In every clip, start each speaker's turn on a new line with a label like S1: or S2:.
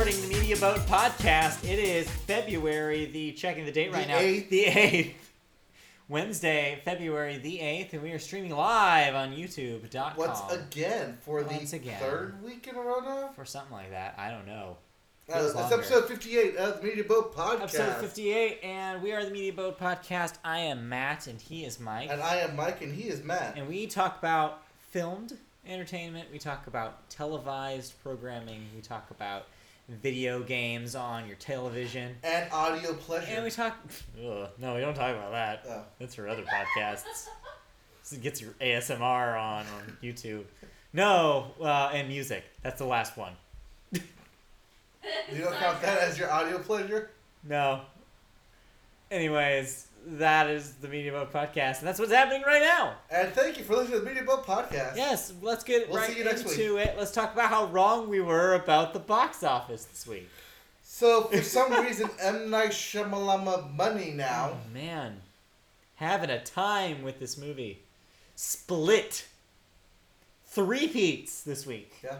S1: Vote podcast. It is February the checking the date right
S2: The
S1: now.
S2: 8th.
S1: The eighth. Wednesday, February the eighth, and we are streaming live on YouTube.com
S2: Once again for the
S1: Once again.
S2: third week in a row now.
S1: or something like that. I don't know.
S2: Uh,
S1: Feels
S2: it's
S1: longer.
S2: episode fifty-eight of the Media Boat Podcast,
S1: Episode fifty-eight, and we are the Media Boat Podcast. I am Matt, and he is Mike,
S2: and I am Mike, and he is Matt.
S1: and we talk about filmed entertainment. We talk about televised programming. We talk about video games on your television.
S2: And audio pleasure.
S1: And we talk. Ugh, no, we don't talk about that.
S2: Oh.
S1: That's for other podcasts. This gets your ASMR on on YouTube. No, uh, and music. That's the last one.
S2: you don't count that as your audio pleasure.
S1: No. Anyways, that is the Media Mode podcast, and that's what's happening right now.
S2: And thank you for listening to the Media Boat Podcast.
S1: Yes, let's get
S2: We'll see
S1: right
S2: you next week.
S1: into it. Let's talk about how wrong we were about the box office this week.
S2: So for some reason, M Night Shyamalama money now.
S1: Oh man, having a time with this movie. Split. Three peats this week.
S2: Yeah,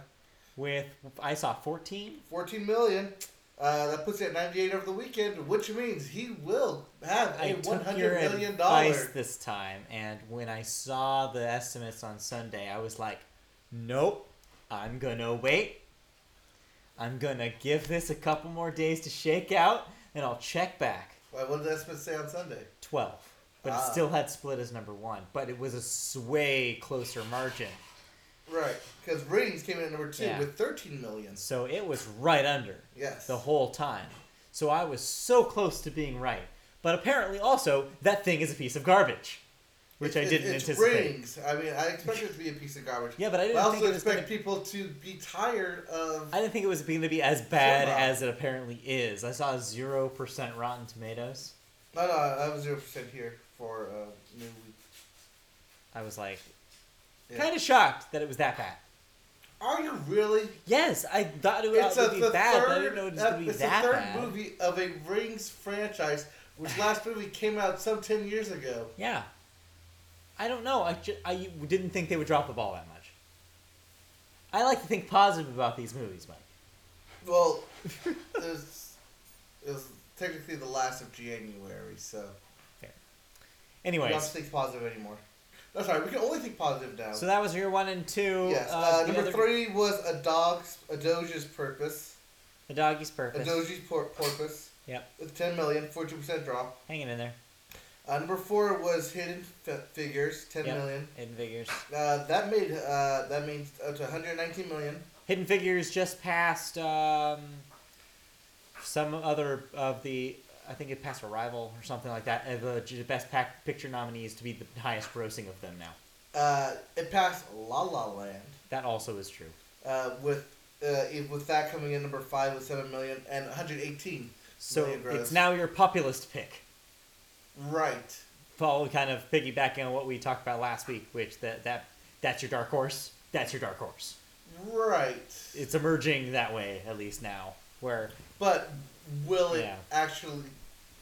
S1: with I saw 14.
S2: fourteen million. Uh, that puts it at ninety-eight over the weekend, which means he will have
S1: I
S2: a one
S1: took your
S2: hundred million
S1: advice
S2: dollar.
S1: this time, and when I saw the estimates on Sunday, I was like, "Nope, I'm gonna wait. I'm gonna give this a couple more days to shake out, and I'll check back."
S2: Why? What did Esmond say on Sunday?
S1: 12, but
S2: Ah.
S1: it still had split as number one, but it was a s- way closer margin,
S2: Right, because ratings came in at number two
S1: Yeah.
S2: with thirteen million.
S1: so it was right under.
S2: Yes.
S1: the whole time. So I was so close to being right. But apparently, also, that thing is a piece of garbage, which I
S2: It-
S1: didn't
S2: it
S1: anticipate.
S2: Rings. I mean, I expected it to be a piece of garbage.
S1: Yeah, but I didn't
S2: I
S1: think
S2: also
S1: it was
S2: expect
S1: gonna-
S2: people to be tired of.
S1: I didn't think it was going to be as bad
S2: Sure not.
S1: as it apparently is. I saw 0% Rotten Tomatoes.
S2: No, no, I was zero percent here for uh, new week.
S1: I was like,
S2: Yeah.
S1: kind of shocked that it was that bad.
S2: Are you really?
S1: Yes, I thought it would,
S2: It's
S1: it would
S2: a,
S1: be
S2: the
S1: bad, but I
S2: third.
S1: didn't know it was
S2: ep-
S1: going to be
S2: it's the
S1: that
S2: third
S1: bad.
S2: movie of a Rings franchise, which last movie came out some ten years ago.
S1: Yeah. I don't know. I, ju- I didn't think they would drop the ball that much. I like to think positive about these movies, Mike.
S2: Well, it was, it was technically the last of January, so we
S1: Anyways.
S2: don't have to think positive anymore. That's right. We can only think positive now.
S1: So that was your one and two.
S2: Yes.
S1: uh,
S2: Uh,
S1: the
S2: number
S1: other-
S2: three was a dog's a doge's purpose.
S1: The doggy's
S2: A
S1: purpose.
S2: doge's por- porpoise.
S1: Yep.
S2: With 10 million, 14 percent drop.
S1: Hanging in there.
S2: Uh, number four was hidden F- figures, ten
S1: Yep.
S2: million.
S1: Hidden Figures.
S2: Uh, that made uh, that means up to 119 million.
S1: Hidden Figures just passed um, some other of the. I think it passed Arrival or something like that. Of the j- best pack picture nominees to be the highest grossing of them now.
S2: Uh, it passed La La Land.
S1: That also is true.
S2: Uh, with uh, it- with that coming in number five with seven million and 118.
S1: So
S2: million gross.
S1: it's now your populist pick.
S2: right.
S1: Paul, kind of piggybacking on what we talked about last week, which that that that's your dark horse. That's your dark horse.
S2: Right.
S1: It's emerging that way at least now, where
S2: But will it
S1: Yeah.
S2: actually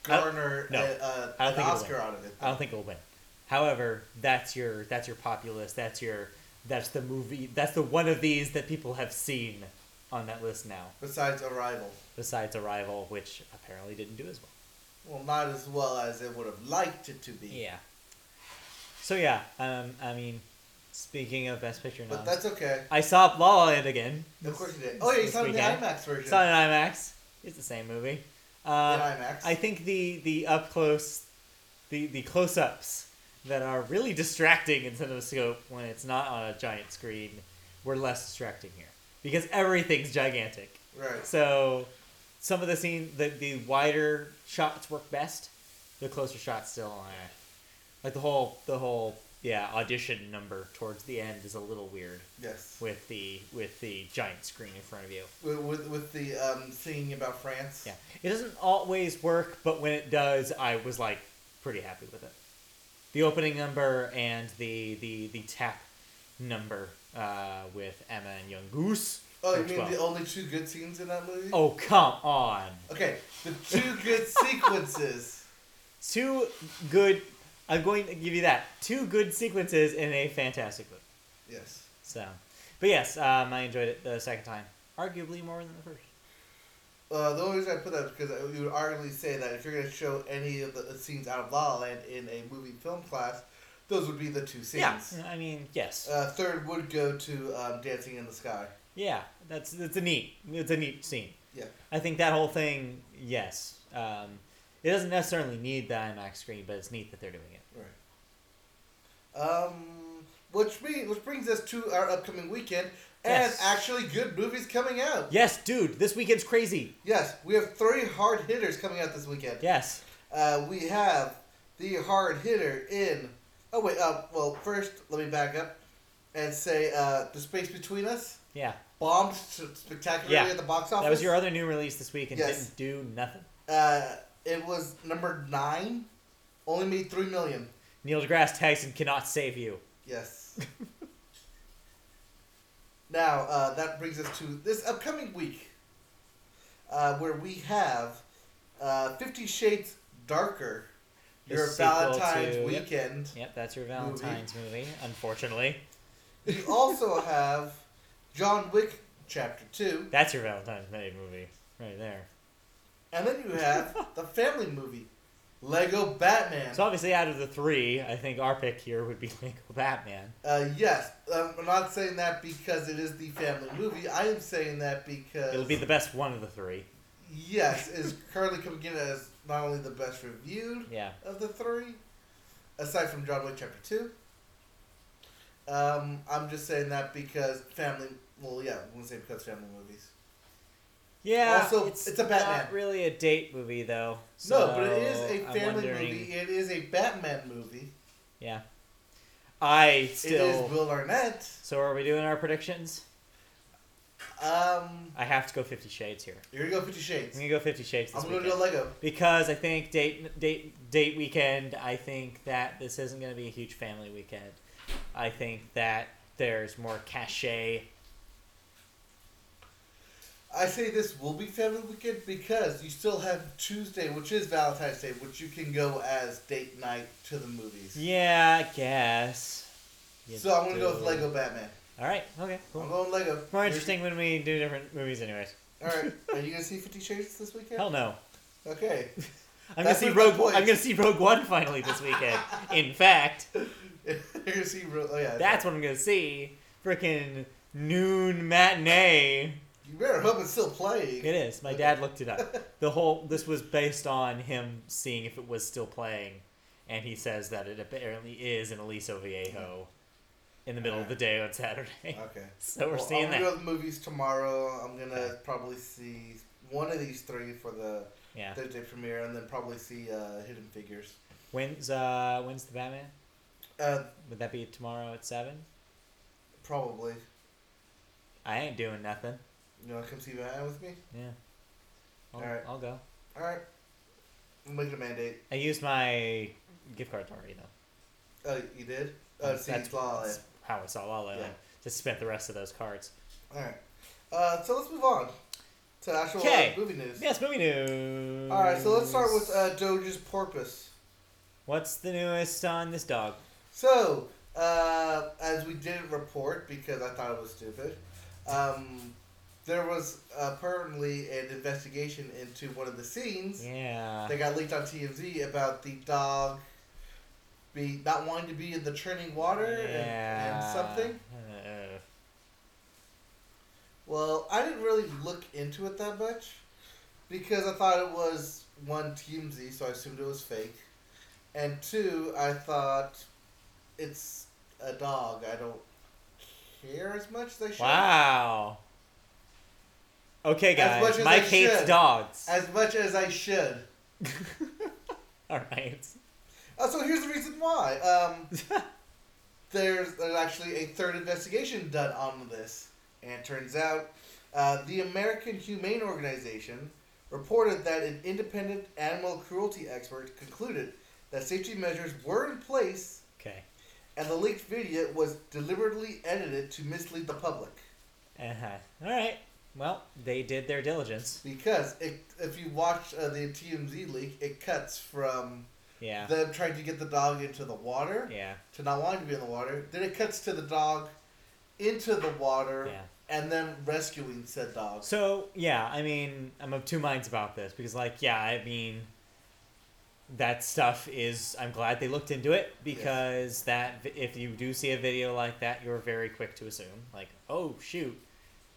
S1: I don't-
S2: garner
S1: no.
S2: a, a,
S1: I don't
S2: an
S1: think it will.
S2: Oscar out of it?
S1: I don't think it'll win. However, that's your that's your populace. That's your that's the movie. That's the one of these that people have seen on that list now.
S2: Besides Arrival.
S1: Besides Arrival, which apparently didn't do as well.
S2: Well, not as well as it would have liked it to be.
S1: Yeah. So yeah, um, I mean, speaking of Best Picture
S2: But
S1: noms,
S2: that's okay.
S1: I saw La La Land again.
S2: Of course you did. Oh, yeah, you
S1: This
S2: saw it in the
S1: weekend.
S2: IMAX version.
S1: Saw it in IMAX. It's the same movie.
S2: In
S1: Uh,
S2: IMAX.
S1: I think the the up close, the the close ups that are really distracting in CinemaScope when it's not on a giant screen were less distracting here because everything's gigantic.
S2: right.
S1: So some of the scene the the wider shots work best. The closer shots still eh. like the whole the whole yeah audition number towards the end is a little weird
S2: Yes.
S1: with the with the giant screen in front of you.
S2: With, with, with the um, singing about France.
S1: Yeah, it doesn't always work, but when it does, I was like pretty happy with it. The opening number and the the the tap number uh, with Emma and Young Goose.
S2: Oh, you
S1: were
S2: mean
S1: 12.
S2: the only two good scenes in that movie?
S1: oh come on,
S2: Okay, the two good sequences.
S1: two good. I'm going to give you that two good sequences in a fantastic movie.
S2: Yes.
S1: So, but yes, um, I enjoyed it the second time, arguably more than the first.
S2: Uh, the only reason I put that is because I- you would arguably say that if you're going to show any of the uh, scenes out of La La Land in a movie film class, those would be the two scenes.
S1: Yeah, I mean, yes,
S2: Uh, third would go to um, Dancing in the Sky.
S1: yeah. That's that's a neat, it's a neat scene.
S2: Yeah.
S1: I think that whole thing, yes. Um, it doesn't necessarily need the IMAX screen, but it's neat that they're doing it.
S2: Right. Um, which mean, which brings us to our upcoming weekend and
S1: Yes.
S2: actually good movies coming out.
S1: Yes, dude, this weekend's crazy.
S2: Yes, we have three hard hitters coming out this weekend.
S1: Yes,
S2: Uh, we have the hard hitter in. Oh wait. Uh, well, first let me back up and say uh, the space between us
S1: yeah.
S2: bombed s- spectacularly
S1: Yeah.
S2: at the box office.
S1: That was your other new release this week and
S2: Yes.
S1: didn't do nothing.
S2: Uh, it was number nine. Only made three million.
S1: Neil deGrasse Tyson cannot save you.
S2: Yes. now, uh, that brings us to this upcoming week, uh, where we have uh, Fifty Shades Darker,
S1: The
S2: your
S1: sequel
S2: Valentine's
S1: to- yep.
S2: weekend.
S1: Yep, that's your Valentine's movie, unfortunately.
S2: You also have John Wick Chapter 2,
S1: That's your Valentine's Day movie, right there.
S2: and then you have the family movie, Lego Batman.
S1: So obviously, out of the three, I think our pick here would be Lego Batman.
S2: Uh, yes, um, I'm not saying that because it is the family movie. I am saying that because
S1: It'll be the best one of the three.
S2: yes is currently coming in as not only the best reviewed
S1: Yeah.
S2: of the three, aside from John Wick Chapter Two. Um, I'm just saying that because family. Well, yeah, I'm gonna say because family movies.
S1: Yeah.
S2: Also,
S1: it's,
S2: it's a Batman.
S1: Not really a date movie though.
S2: no, but it is a
S1: so I'm
S2: family
S1: wondering-
S2: movie. It is a Batman movie.
S1: Yeah. I
S2: It is
S1: still.
S2: Will Arnett.
S1: So are we doing our predictions?
S2: Um,
S1: I have to go Fifty Shades here.
S2: you're gonna go Fifty
S1: I'm
S2: Shades.
S1: gonna go Fifty Shades this
S2: I'm gonna
S1: weekend
S2: go Lego.
S1: because I think date date date weekend. I think that this isn't gonna be a huge family weekend. I think that there's more cachet.
S2: I say this will be family weekend because you still have Tuesday, which is Valentine's Day, which you can go as date night to the movies.
S1: Yeah, I guess. You
S2: so I'm gonna go with
S1: do.
S2: Lego Batman.
S1: All right. Okay. Cool.
S2: I'm going Lego.
S1: More interesting when we do different movies, anyways.
S2: All right, are you gonna see Fifty Shades this weekend?
S1: Hell no.
S2: Okay.
S1: I'm
S2: That's
S1: gonna see
S2: my
S1: Rogue.
S2: point.
S1: I'm gonna see Rogue One finally this weekend. In fact,
S2: You're gonna see. Ro- Oh yeah.
S1: that's what I'm gonna see. Freaking noon matinee.
S2: You better hope it's still playing.
S1: It is. My dad looked it up. The whole this was based on him seeing if it was still playing, and he says that it apparently is in Aliso Viejo, in the middle of the day on Saturday.
S2: Okay.
S1: So we're
S2: Well,
S1: seeing
S2: I'm gonna
S1: that.
S2: go to the movies tomorrow. I'm gonna probably see one of these three for the
S1: Yeah.
S2: Thursday premiere, and then probably see uh, Hidden Figures.
S1: When's uh when's the Batman?
S2: Uh,
S1: Would that be tomorrow at seven?
S2: probably.
S1: I ain't doing nothing.
S2: You wanna come see Batman with me?
S1: Yeah. I'll,
S2: Alright.
S1: I'll go.
S2: All right. I'm making a mandate.
S1: I used my gift card already though.
S2: Oh, you did? Oh, see,
S1: That's-
S2: it's La La Land.
S1: that's how I saw La La
S2: Yeah.
S1: Land. Just spent the rest of those cards.
S2: All right. Uh, so let's move on to actual uh,
S1: 'Kay.
S2: movie news.
S1: Yes, movie news.
S2: All right, so let's start with uh, Doge's Porpoise.
S1: What's the newest on this dog?
S2: So, uh, as we didn't report because I thought it was stupid, um, there was apparently an investigation into one of the scenes
S1: Yeah.
S2: that got leaked on TMZ about the dog be not wanting to be in the churning water and, and
S1: Yeah.
S2: something.
S1: Uh,
S2: Well, I didn't really look into it that much because I thought it was one TMZ, so I assumed it was fake, and two, I thought it's a dog. I don't care as much as I should.
S1: wow. Okay,
S2: As much
S1: guys.
S2: as
S1: Mike
S2: I
S1: hates
S2: should.
S1: dogs.
S2: As much as I should.
S1: All right.
S2: Uh, so here's the reason why. Um, there's, there's actually a third investigation done on this, and it turns out uh, the American Humane Organization reported that an independent animal cruelty expert concluded that safety measures were in place,
S1: Okay.
S2: and the leaked video was deliberately edited to mislead the public.
S1: Uh huh. All right. Well, they did their diligence.
S2: Because it, if you watch uh, the TMZ leak, it cuts from
S1: Yeah.
S2: them trying to get the dog into the water.
S1: yeah.
S2: to not wanting to be in the water. Then it cuts to the dog into the water
S1: Yeah.
S2: and then rescuing said dog.
S1: So yeah, I mean, I'm of two minds about this because, like, yeah, I mean, that stuff is. I'm glad they looked into it because that vi- if you do see a video like that, you're very quick to assume like, oh shoot,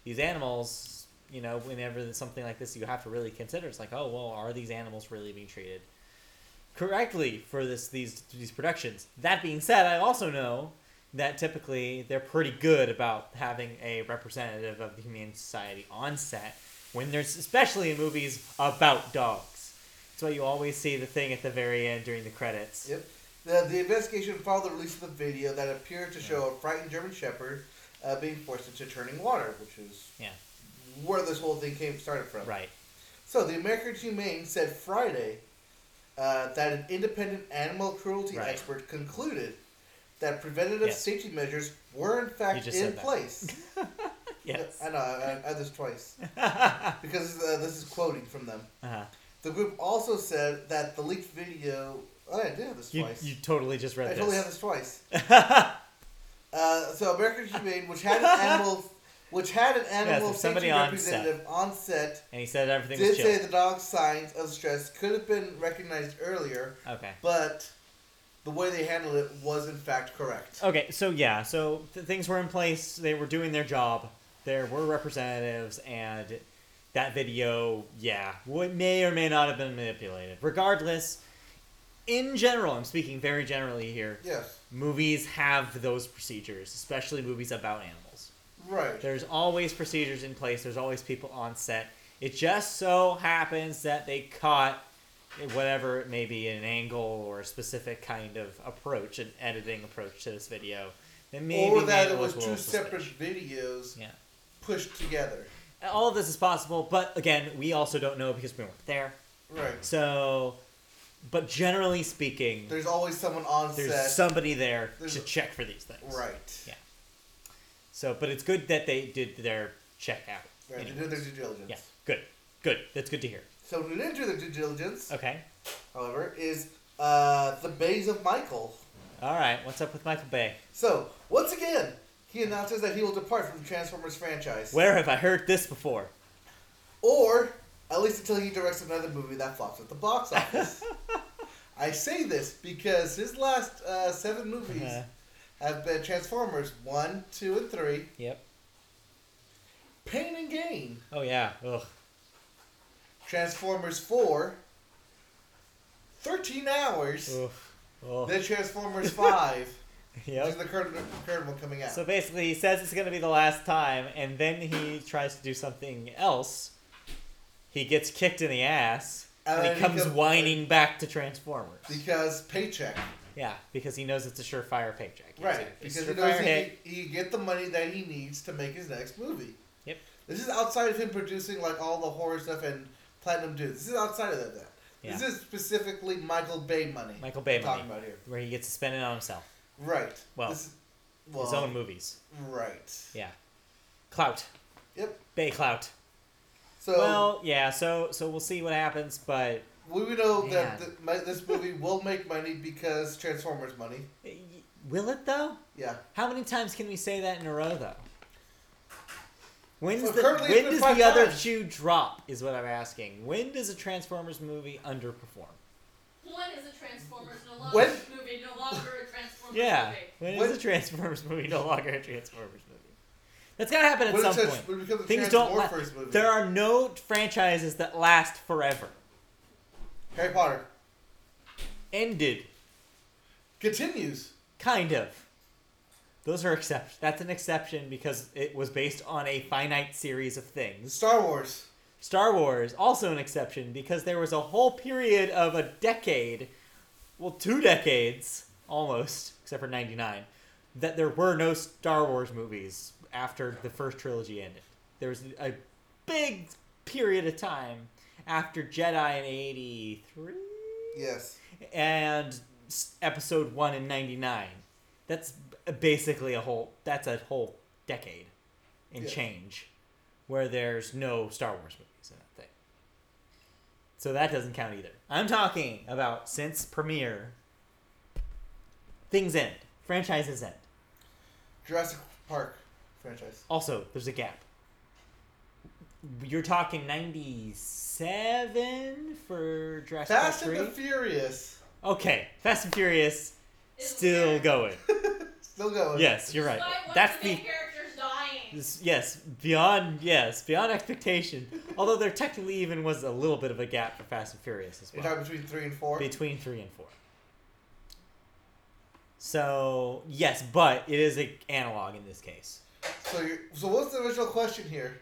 S1: these animals. You know, whenever there's something like this, you have to really consider. It's like, oh well, are these animals really being treated correctly for this these these productions? That being said, I also know that typically they're pretty good about having a representative of the Humane Society on set when there's especially in movies about dogs. That's why you always see the thing at the very end during the credits.
S2: Yep. The, the investigation followed the release of the video that appeared to show a frightened German Shepherd uh, being forced into turning water, which is
S1: Yeah.
S2: where this whole thing came started from.
S1: Right.
S2: So the American Humane said Friday uh, that an independent animal cruelty
S1: Right.
S2: expert concluded that preventative
S1: Yes.
S2: safety measures were in fact
S1: just
S2: in
S1: said that.
S2: place.
S1: Yes.
S2: I know. I, I, I this twice
S1: uh-huh.
S2: because uh, this is quoting from them. The group also said that the leaked video. Oh, I did have this
S1: You,
S2: twice.
S1: you totally just
S2: I
S1: read
S2: totally have
S1: this.
S2: this twice. Uh, so American Humane, which had an animal, which had an animal safety
S1: there's somebody on
S2: representative on set,
S1: and he said everything
S2: did
S1: was
S2: say
S1: chill.
S2: the dog's signs of stress could have been recognized earlier,
S1: Okay.
S2: but the way they handled it was in fact correct.
S1: Okay, so yeah, so th- things were in place. They were doing their job. There were representatives, and that video, yeah, what may or may not have been manipulated. Regardless, in general, I'm speaking very generally here.
S2: Yes,
S1: Movies have those procedures, especially movies about animals.
S2: right.
S1: There's always procedures in place. There's always people on set. It just so happens that they caught whatever it may be an angle or a specific kind of approach, an editing approach to this video. That maybe
S2: or that
S1: made
S2: it was
S1: a little
S2: two separate
S1: suspicious.
S2: videos
S1: Yeah.
S2: pushed together.
S1: All of this is possible, but again, we also don't know because we weren't there.
S2: Right.
S1: So, but generally speaking,
S2: There's always someone on
S1: there's
S2: set.
S1: somebody there
S2: There's
S1: to
S2: a-
S1: check for these things.
S2: right.
S1: Yeah. So, but it's good that they did their check out.
S2: Right. They did
S1: anyways.
S2: their due diligence.
S1: Yeah, good. Good. That's good to hear.
S2: So who didn't do their due diligence,
S1: Okay.
S2: however, is uh, the Bays of Michael.
S1: All right. What's up with Michael Bay?
S2: So once again, he announces that he will depart from the Transformers franchise,
S1: Where have I heard this before?
S2: or at least until he directs another movie that flops at the box office. I say this because his last uh, seven movies
S1: Uh-huh.
S2: have been Transformers one, two, and three.
S1: Yep.
S2: Pain and Gain.
S1: Oh yeah. Ugh.
S2: Transformers 4, 13 hours,
S1: Oof. Ugh.
S2: then Transformers 5, which is
S1: Yep.
S2: the current, current one coming out.
S1: So basically, he says it's gonna be the last time, and then he tries to do something else. He gets kicked in the ass,
S2: And then
S1: and he
S2: Uh, he
S1: comes
S2: comes-
S1: whining back to Transformers.
S2: because paycheck,
S1: Yeah, because he knows it's a surefire paycheck.
S2: right?
S1: It's a
S2: Because he
S1: surefire
S2: knows
S1: hit.
S2: he, he get the money that he needs to make his next movie.
S1: Yep.
S2: This is outside of him producing like all the horror stuff and Platinum Dudes. This is outside of that. that. This
S1: Yeah.
S2: is specifically Michael Bay money.
S1: Michael Bay
S2: I'm
S1: money,
S2: talking about here,
S1: where he gets to spend it on himself,
S2: right?
S1: Well,
S2: this is, well,
S1: his own movies.
S2: right?
S1: Yeah. Clout.
S2: Yep.
S1: Bay clout.
S2: So
S1: well, yeah. So so we'll see what happens, but
S2: We would know
S1: Man.
S2: that th- my, this movie will make money because Transformers money.
S1: eh, will it though?
S2: Yeah.
S1: How many times can we say that in a row though? When's
S2: Well,
S1: the,
S2: currently it's
S1: when
S2: been
S1: does
S2: five
S1: the other
S2: times.
S1: shoe drop? Is what I'm asking. When does a Transformers movie underperform?
S3: One is a Transformers no longer
S2: When-
S3: movie, no longer a Transformers
S1: Yeah.
S3: movie.
S1: When is
S2: When-
S1: a Transformers movie no longer a Transformers movie? That's gotta happen at
S2: When
S1: some
S2: it says-
S1: point.
S2: when it becomes a
S1: Things don't. La-
S2: Transmorphers movie.
S1: there are no franchises that last forever.
S2: Harry Potter
S1: Ended,
S2: continues.
S1: kind of. Those are exceptions. That's an exception because it was based on a finite series of things.
S2: Star Wars.
S1: Star Wars also an exception because there was a whole period of a decade, well, two decades almost, except for '99, that there were no Star Wars movies after the first trilogy ended. There was a big period of time after Jedi in '83
S2: Yes.
S1: and s- Episode One in '99. That's b- basically a whole. That's a whole decade and
S2: Yeah.
S1: change where there's no Star Wars movies in that thing. So that doesn't count either. I'm talking about since premiere, things end, franchises end.
S2: Jurassic Park. franchise.
S1: Also, there's a gap. You're talking 97 for Jurassic Park
S2: Fast and
S1: 3?
S2: the Furious.
S1: okay, Fast and Furious,
S3: It's
S1: still
S3: there.
S1: going.
S2: Still going.
S1: Yes, you're right.
S3: Despite one of
S1: That's
S3: the
S1: the.
S3: main characters dying.
S1: this- Yes, beyond yes, beyond expectation. Although there technically even was a little bit of a gap for Fast and Furious as
S2: You're
S1: well.
S2: talking between three and four.
S1: between three and four. So yes, but it is an analog in this case.
S2: So, you're, so what's the original question here?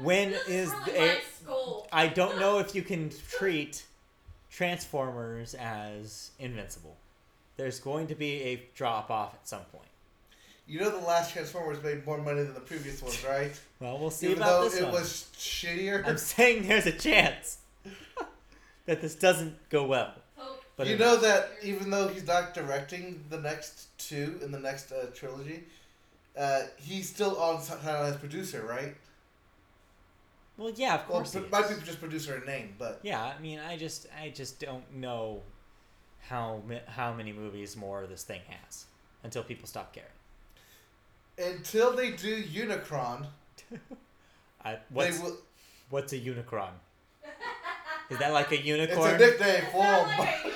S1: When
S3: This
S1: is
S3: really
S1: the,
S3: my skull.
S1: I don't know if you can treat Transformers as invincible. There's going to be a drop off at some point.
S2: You know the last Transformers made more money than the previous ones, right?
S1: Well, we'll see
S2: Even
S1: about
S2: though
S1: this
S2: it
S1: one.
S2: was shittier.
S1: I'm saying there's a chance that this doesn't go well.
S3: Hope.
S1: But
S2: you
S1: it-
S2: know that even though he's not directing the next two in the next uh, trilogy, uh, he's still on s- kind of as producer, right?
S1: well, yeah, of
S2: Well,
S1: course.
S2: pr-
S1: it
S2: might
S1: is.
S2: be just producer and name, but
S1: Yeah, I mean, I just, I just don't know how ma- how many movies more this thing has until people stop caring.
S2: until they do Unicron,
S1: I, what's
S2: they will.
S1: what's a unicron? Is that like a
S2: It's
S1: unicorn?
S2: a nickname
S3: It's
S2: for
S3: not
S2: him.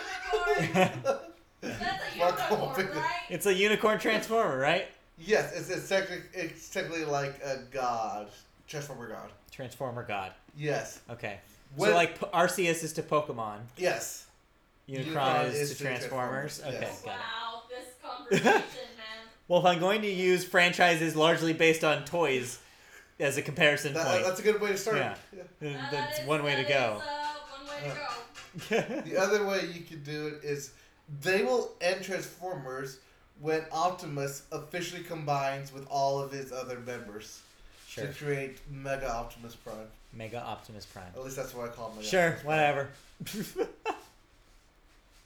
S3: like a unicorn. That's a
S2: Fuck all
S3: unicorn,
S2: big-
S3: right?
S1: it's a unicorn transformer, right?
S2: yes, it's it's technically it's technically like a god, Transformer god.
S1: Transformer god.
S2: Yes,
S1: Okay.
S2: When-
S1: so like P- Arceus is to Pokemon,
S2: yes.
S1: Unicron,
S2: Unicron
S1: is,
S2: is
S1: to
S2: to
S1: Transformers.
S2: Transformers,
S1: Okay,
S2: yes.
S1: got it.
S3: Wow, this conversation, man.
S1: Well, if I'm going to use franchises largely based on toys as a comparison
S2: That,
S1: point,
S2: that's a good way to start.
S1: Yeah.
S2: Yeah.
S1: then
S3: Uh, that
S1: that's
S3: is-
S1: one way to
S3: that
S1: go.
S3: is, uh, one way to go.
S2: The other way you could do it is they will end Transformers when Optimus officially combines with all of his other members
S1: sure.
S2: to create Mega Optimus Prime.
S1: Mega Optimus Prime.
S2: At least that's what I call him. Mega
S1: Sure,
S2: Optimus Prime.
S1: whatever.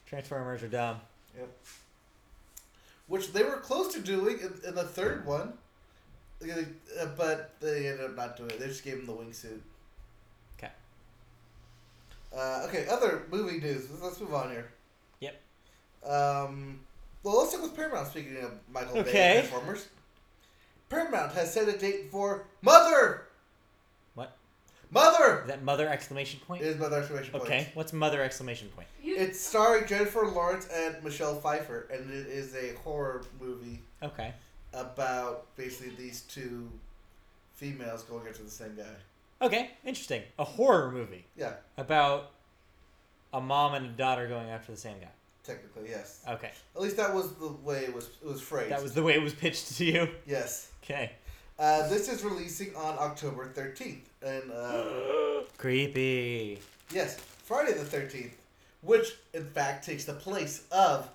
S1: Transformers are dumb.
S2: Which they were close to doing in, in the third one, Uh, but they ended up not doing it. They just gave him the wingsuit.
S1: 'Kay.
S2: Uh, okay, other movie news. Let's, let's move on here.
S1: Yep.
S2: Um, well, let's stick with Paramount. Speaking of Michael Bay
S1: Okay.
S2: and Transformers, Paramount has set a date for Mother.
S1: What?
S2: Mother
S1: Is that mother exclamation point?
S2: It is Mother exclamation point.
S1: Okay, what's mother exclamation point?
S3: You-
S2: It's starring Jennifer Lawrence and Michelle Pfeiffer, and it is a horror movie
S1: Okay.
S2: about basically these two females going after the same guy.
S1: Okay, interesting. A horror movie
S2: Yeah,
S1: about a mom and a daughter going after the same guy.
S2: technically, yes.
S1: Okay.
S2: At least that was the way it was it was phrased.
S1: Uh, That was the way it was pitched to you.
S2: yes.
S1: Okay.
S2: Uh, this is releasing on October thirteenth, and uh,
S1: Creepy.
S2: yes, Friday the thirteenth, which in fact takes the place of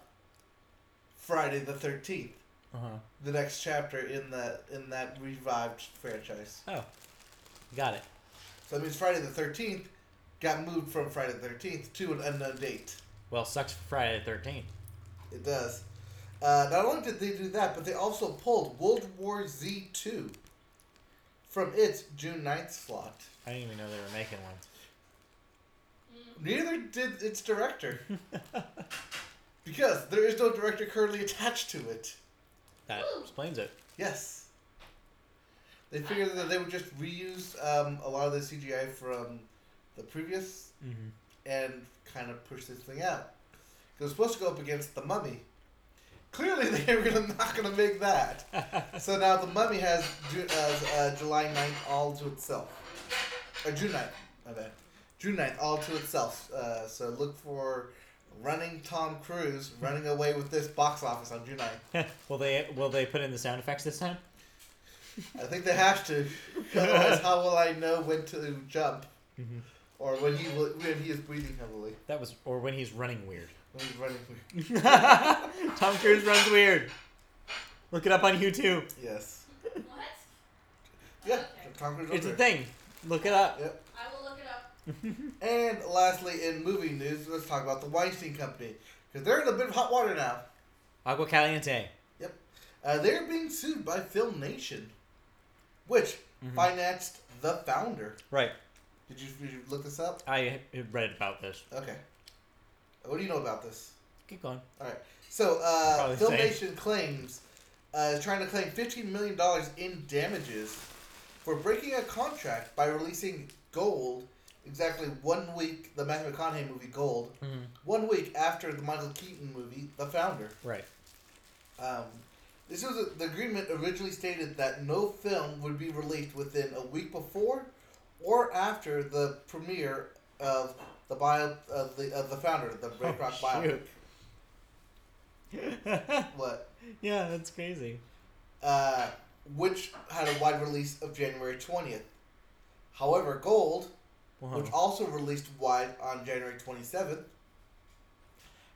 S2: Friday the thirteenth,
S1: Uh-huh.
S2: the next chapter in the in that revived franchise.
S1: Oh. Got it.
S2: So that means Friday the thirteenth got moved from Friday the thirteenth to an unknown date.
S1: Well, sucks for Friday the 13th.
S2: It does. Uh, not only did they do that, but they also pulled World War Z two from its June 9th slot.
S1: I didn't even know they were making one.
S2: Neither did its director, because there is no director currently attached to it.
S1: That explains it.
S2: Yes. They figured that they would just reuse um, a lot of the CGI from the previous
S1: Mm-hmm.
S2: and kind of push this thing out. 'Cause It was supposed to go up against the mummy. Clearly, they were gonna, not going to make that. so now the mummy has Ju- uh, uh, July 9th all to itself. Or June 9th, my bad. June 9th all to itself. Uh, so look for running Tom Cruise running away with this box office on June 9th.
S1: will they will they put in the sound effects this time?
S2: I think they have to. Otherwise, how will I know when to jump?
S1: Mhm.
S2: Or when he, will, when he is breathing heavily.
S1: That was or when he's running weird.
S2: When he's running.
S1: Tom Cruise runs weird. Look it up on YouTube.
S2: Yes.
S3: what?
S2: Yeah,
S3: Okay.
S2: Tom Cruise
S1: It's a
S2: over.
S1: thing. Look it up.
S2: Yep.
S3: I will look it up.
S2: And lastly, in movie news, let's talk about the Weinstein Company because they're in a bit of hot water now.
S1: Agua Caliente.
S2: Uh, they're being sued by Film Nation, which
S1: Mhm.
S2: financed the founder.
S1: Right.
S2: Did you, did you look this up?
S1: I read about this.
S2: Okay. What do you know about this?
S1: Keep going.
S2: So, uh,
S1: Probably
S2: Film
S1: same.
S2: Nation claims uh, uh, is trying to claim $15 million in damages for breaking a contract by releasing Gold exactly one week, the Matthew McConaughey movie Gold,
S1: Mhm.
S2: one week after the Michael Keaton movie The Founder.
S1: Right.
S2: Um, this was the agreement originally stated that no film would be released within a week before or after the premiere of the bio of the of the founder, the Red
S1: Oh,
S2: Rock biopic.
S1: shoot.
S2: What?
S1: yeah, that's crazy.
S2: Uh, which had a wide release of January twentieth. However, Gold,
S1: Wow.
S2: which also released wide on January twenty seventh,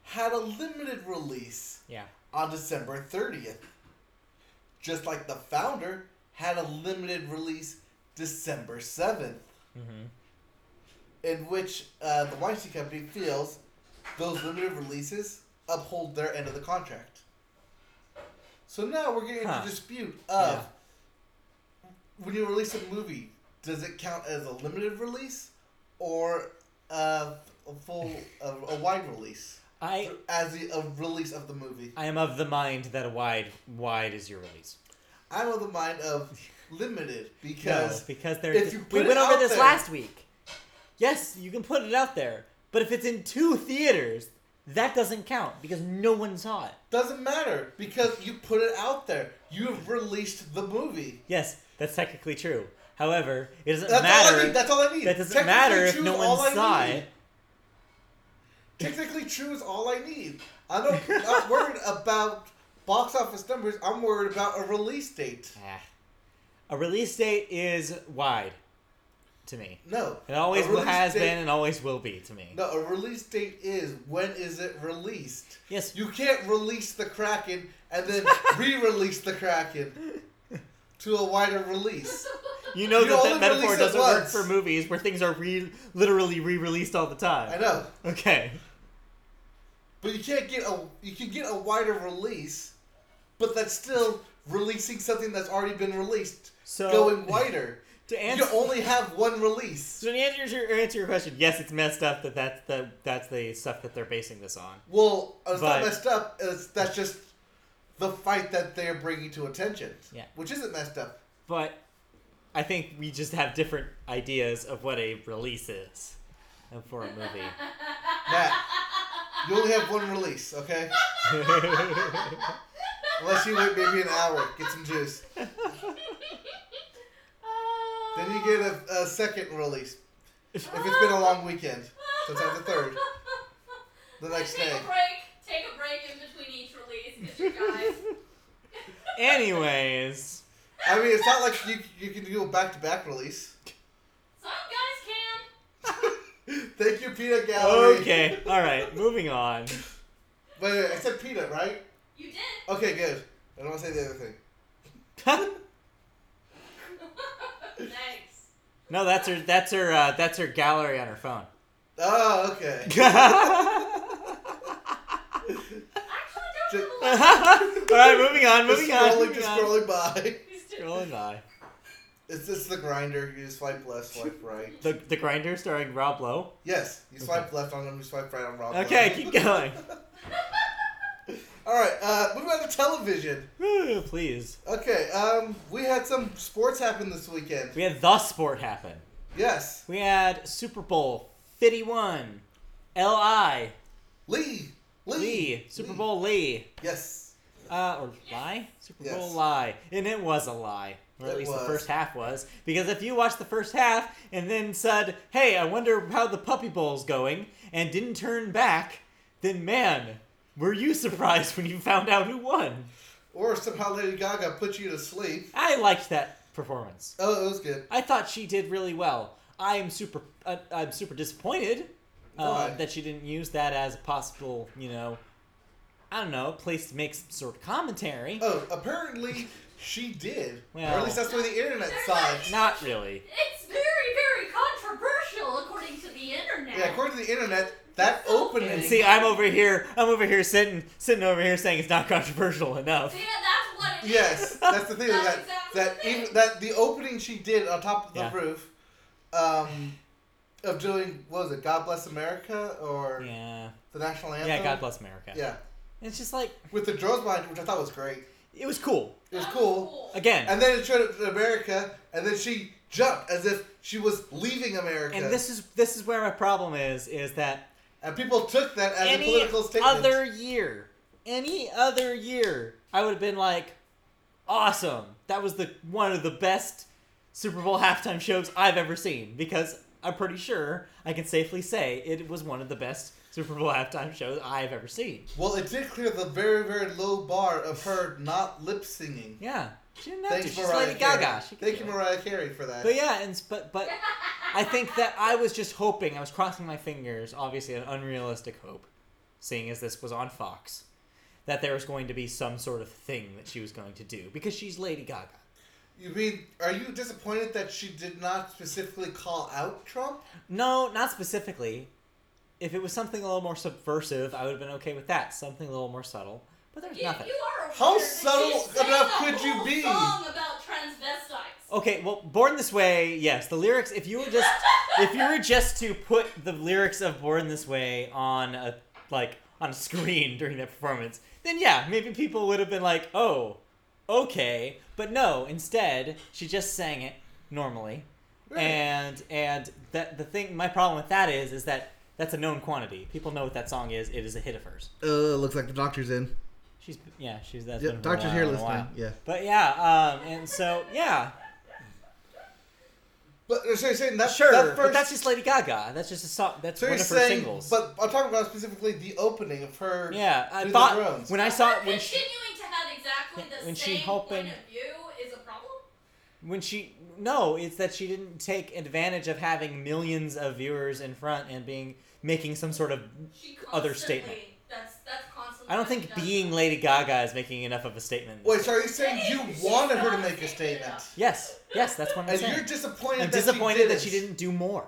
S2: had a limited release
S1: Yeah.
S2: on December 30th. Just like the founder had a limited release December 7th,
S1: hmm
S2: in which uh, the Weinstein Company feels those limited releases uphold their end of the contract. So now we're getting
S1: Huh.
S2: into dispute of
S1: Yeah.
S2: when you release a movie, does it count as a limited release or uh, a full a, a wide release
S1: I
S2: as the, a release of the movie?
S1: I am of the mind that wide wide is your release.
S2: I'm of the mind of limited because
S1: no, because there
S2: if you
S1: we
S2: put
S1: went
S2: it
S1: over
S2: out
S1: this
S2: there-
S1: last week. Yes, you can put it out there, but if it's in two theaters, that doesn't count because no one saw it.
S2: doesn't matter because you put it out there. You have released the movie.
S1: Yes, that's technically true. Hohowever, it doesn't
S2: That's
S1: matter.
S2: all I need. That's all I need.
S1: that doesn't
S2: Technically
S1: matter if
S2: True
S1: no
S2: is
S1: one
S2: all I
S1: saw
S2: need.
S1: it.
S2: Technically true is all I need. I don't. I'm not worried about box office numbers. I'm worried about a release date.
S1: Ah. A release date is wide to me.
S2: No.
S1: It always
S2: A
S1: will,
S2: release
S1: has
S2: date-
S1: been and always will be to me.
S2: No, a release date is when is it released?
S1: Yes.
S2: You can't release the Kraken and then re-release the Kraken to a wider release.
S1: You know
S2: You
S1: that
S2: only
S1: that metaphor
S2: release it
S1: doesn't work
S2: once.
S1: for movies where things are re- literally re-released all the
S2: I
S1: time.
S2: know.
S1: Okay.
S2: But you can't get a you can get a wider release, but that's still releasing something that's already been released,
S1: So
S2: going wider.
S1: to
S2: you
S1: answer
S2: only have one release.
S1: so to answer your answer your question, yes, it's messed up that that's the that's the stuff that they're basing this on.
S2: Well, it's
S1: But-
S2: not messed up. It's, that's just the fight that they're bringing to attention.
S1: Yeah.
S2: Which isn't messed up.
S1: But I think we just have different ideas of what a release is for a movie.
S2: Matt, you only have one release, okay? Unless you wait maybe an hour, get some juice. Then you get a, a second release if it's been a long weekend. Sometimes a third. The next
S3: take
S2: day.
S3: a break. Take a break in between each release, 'cause you guys.
S1: Anyways,
S2: I mean, it's not like you you can do a back to back release.
S3: Some guys can.
S2: Thank you, Peanut Gallery.
S1: okay, all right, moving on.
S2: Wait, wait, I said Peanut, right?
S3: You did.
S2: Okay, good. I don't want to say the other thing.
S3: Thanks.
S1: no, that's her. That's her. Uh, that's her gallery on her phone.
S2: Oh, okay.
S3: Actually,
S2: Ju-
S3: don't have a
S1: All
S3: lot.
S1: right, moving on.
S2: just
S1: Moving
S2: scrolling,
S1: on.
S2: just
S1: moving on.
S2: scrolling by.
S1: Scrolling by.
S2: It's just the grinder. You just swipe left, swipe right.
S1: The the grinder starring Rob Lowe.
S2: Yes, you swipe left on them, you swipe right on Rob.
S1: Okay,
S2: Lowe.
S1: keep going.
S2: All right, uh, moving on to television.
S1: Woo, Please.
S2: Okay, um, we had some sports happen this weekend.
S1: We had the sport happen.
S2: Yes,
S1: We had Super Bowl 51, L.I.
S2: Lee, Lee,
S1: Lee, Super Bowl Lee,
S2: Yes,
S1: uh, or lie, Super
S2: Yes.
S1: Bowl lie, and it was a lie, or at
S2: It
S1: least the
S2: was.
S1: first half was, because if you watched the first half and then said, "Hey, I wonder how the Puppy Bowl's going," and didn't turn back, then man, were you surprised when you found out who won?
S2: or somehow Lady Gaga put you to sleep.
S1: I liked that performance.
S2: Oh, it was good.
S1: I thought she did really well. I am super. Uh, I'm super disappointed
S2: Why?
S1: uh, that she didn't use that as a possible, you know, I don't know, place to make some sort of commentary.
S2: Oh, apparently she did. or
S1: Well-
S2: at least that's the way the internet
S3: There's
S2: saw
S3: not-
S2: it.
S1: Not really.
S3: It's very, very controversial according to the internet.
S2: Yeah, according to the internet, that opening.
S1: And see, I'm over here. I'm over here sitting, sitting over here saying it's not controversial enough.
S3: See, that's what it is.
S2: yes, that's the thing.
S3: That's
S2: that
S3: exactly
S2: that
S3: the thing.
S2: even that the opening she did on top of the
S1: Yeah.
S2: roof, um, of doing what was it? God bless America or
S1: Yeah.
S2: the national anthem.
S1: Yeah. God bless America.
S2: Yeah,
S1: It's just like,
S2: with the drones behind, her, which I thought was great.
S1: It was cool.
S2: It was
S3: That
S2: cool.
S1: Again,
S2: And then it showed up to America, and then she jumped as if she was leaving America.
S1: and this is this is where my problem is is that
S2: And people took that as a
S1: any
S2: political statement.
S1: other year, any other year, I would have been like, awesome. That was the one of the best Super Bowl halftime shows I've ever seen because I'm pretty sure I can safely say it was one of the best Super Bowl halftime shows I've ever seen.
S2: Well, it did clear the very, very low bar of her not lip singing.
S1: Yeah, she didn't have
S2: Thanks,
S1: to. She's
S2: Mariah
S1: Lady
S2: Carey.
S1: Gaga. She can
S2: Thank
S1: do
S2: you,
S1: it.
S2: Mariah Carey, for that.
S1: But yeah, and s- but but I think that I was just hoping, I was crossing my fingers, obviously an unrealistic hope, seeing as this was on Fox, that there was going to be some sort of thing that she was going to do because she's Lady Gaga.
S2: You mean, are you disappointed that she did not specifically call out Trump?
S1: No, not specifically. If it was something a little more subversive, I would have been okay with that. Something a little more subtle. But there's
S3: You, you
S1: nothing.
S3: are aware
S2: How
S3: that she
S2: subtle
S3: sang
S2: enough
S3: a
S2: could you
S3: whole
S2: be?
S3: Song about transvestites.
S1: Okay, well, Born This Way, yes. The lyrics, if you were just if you were just to put the lyrics of Born This Way on a like on a screen during that performance, then yeah, maybe people would have been like, "Oh, okay." But no, instead, she just sang it normally.
S2: Right.
S1: And and that the thing my problem with that is is that that's a known quantity. People know what that song is. It is a hit of hers.
S2: Uh, looks like the doctor's in.
S1: She's yeah, she's that.
S2: Yep, doctor's here listening. Yeah.
S1: But yeah, um, and so yeah,
S2: But uh, so you're saying that,
S1: Sure,
S2: that first,
S1: but that's just Lady Gaga. That's just a song. That's
S2: so
S1: one
S2: you're
S1: of her
S2: saying,
S1: singles.
S2: But I'm talking about specifically the opening of her.
S1: yeah,
S2: Do
S1: I
S2: the
S1: thought
S2: Drones.
S1: when I saw
S3: Continuing
S1: when she
S3: to have exactly the
S1: when she
S3: same
S1: hoping-
S3: point of view is a problem.
S1: when she no, it's that she didn't take advantage of having millions of viewers in front and being making some sort of.
S3: She
S1: Other
S3: constantly-
S1: statement.
S3: That's that's constantly.
S1: I don't
S3: what she
S1: think
S3: does.
S1: being Lady Gaga is making enough of a statement.
S2: Wait, so are you saying you
S3: She's
S2: wanted her to
S3: not
S2: make a
S3: taking it
S2: statement?
S3: up.
S1: Yes, yes, that's what I'm
S2: And
S1: saying.
S2: you're disappointed
S1: I'm
S2: that
S1: disappointed
S2: she
S1: that she didn't do more.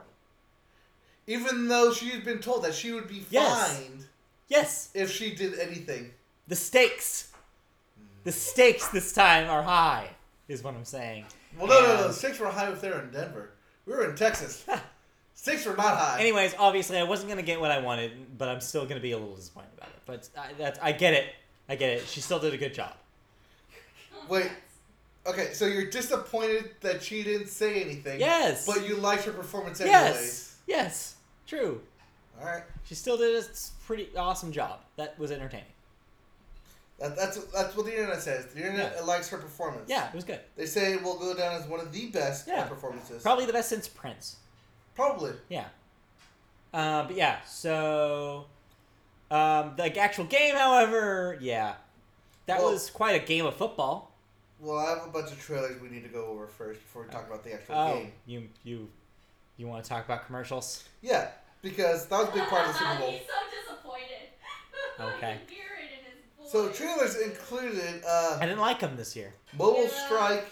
S2: Even though she had been told that she would be
S1: Yes.
S2: fined
S1: Yes,
S2: if she did anything.
S1: the stakes, the stakes this time are high. Is what I'm saying.
S2: Well, no, no, no.
S1: And-
S2: Stakes were high if they were in Denver. We were in Texas. Stakes were not high.
S1: Anyways, obviously, I wasn't gonna get what I wanted, but I'm still gonna be a little disappointed about it. But I, that's I get it. I get it. She still did a good job.
S2: Wait. Okay, so you're disappointed that she didn't say anything.
S1: Yes.
S2: But you liked her performance anyways.
S1: Yes. Yes. True.
S2: All right.
S1: She still did a s- pretty awesome job. That was entertaining.
S2: That, that's that's what the internet says. The internet likes her performance.
S1: Yeah, it was good.
S2: They say it will go down as one of the best
S1: Yeah.
S2: performances.
S1: Probably the best since Prince.
S2: Probably.
S1: Yeah. Uh, but yeah, so um, the actual game, however, yeah, that
S2: Well-
S1: was quite a game of football.
S2: Well, I have a bunch of trailers we need to go over first before we talk about the actual
S1: Oh,
S2: game.
S1: you you you want to talk about commercials?
S2: Yeah, because that was a big part of the Super Bowl.
S3: He's so disappointed.
S1: Okay.
S3: you can hear it in his voice.
S2: So trailers included
S1: I
S2: uh,
S1: didn't like them this year.
S2: Mobile
S3: Yeah.
S2: Strike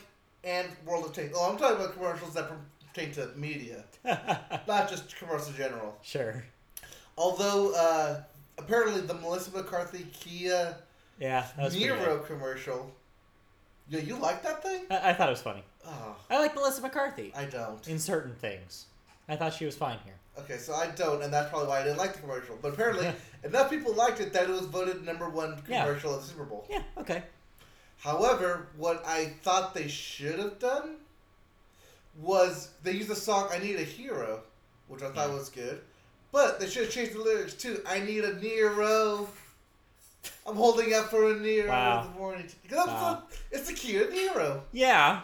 S2: and World of Tanks. Oh, I'm talking about commercials that pertain to media, not just commercials in general.
S1: sure.
S2: Although uh, apparently the Melissa McCarthy Kia
S1: Yeah, that was pretty
S2: Nero commercial. Yeah, you like that thing?
S1: good. I, I thought it was funny.
S2: Oh,
S1: I like Melissa McCarthy
S2: I don't.
S1: in certain things. I thought she was fine here.
S2: Okay, so I don't, and that's probably why I didn't like the commercial. But apparently, enough people liked it that it was voted number one
S1: Yeah.
S2: commercial of the Super Bowl.
S1: Yeah, okay.
S2: However, what I thought they should have done was they used the song "I Need a Hero," which I thought was good, but they should have changed the lyrics to "I Need a Nero." I'm holding out for a Nero
S1: Wow.
S2: in the morning because
S1: Wow.
S2: it's a Kia Nero.
S1: Yeah.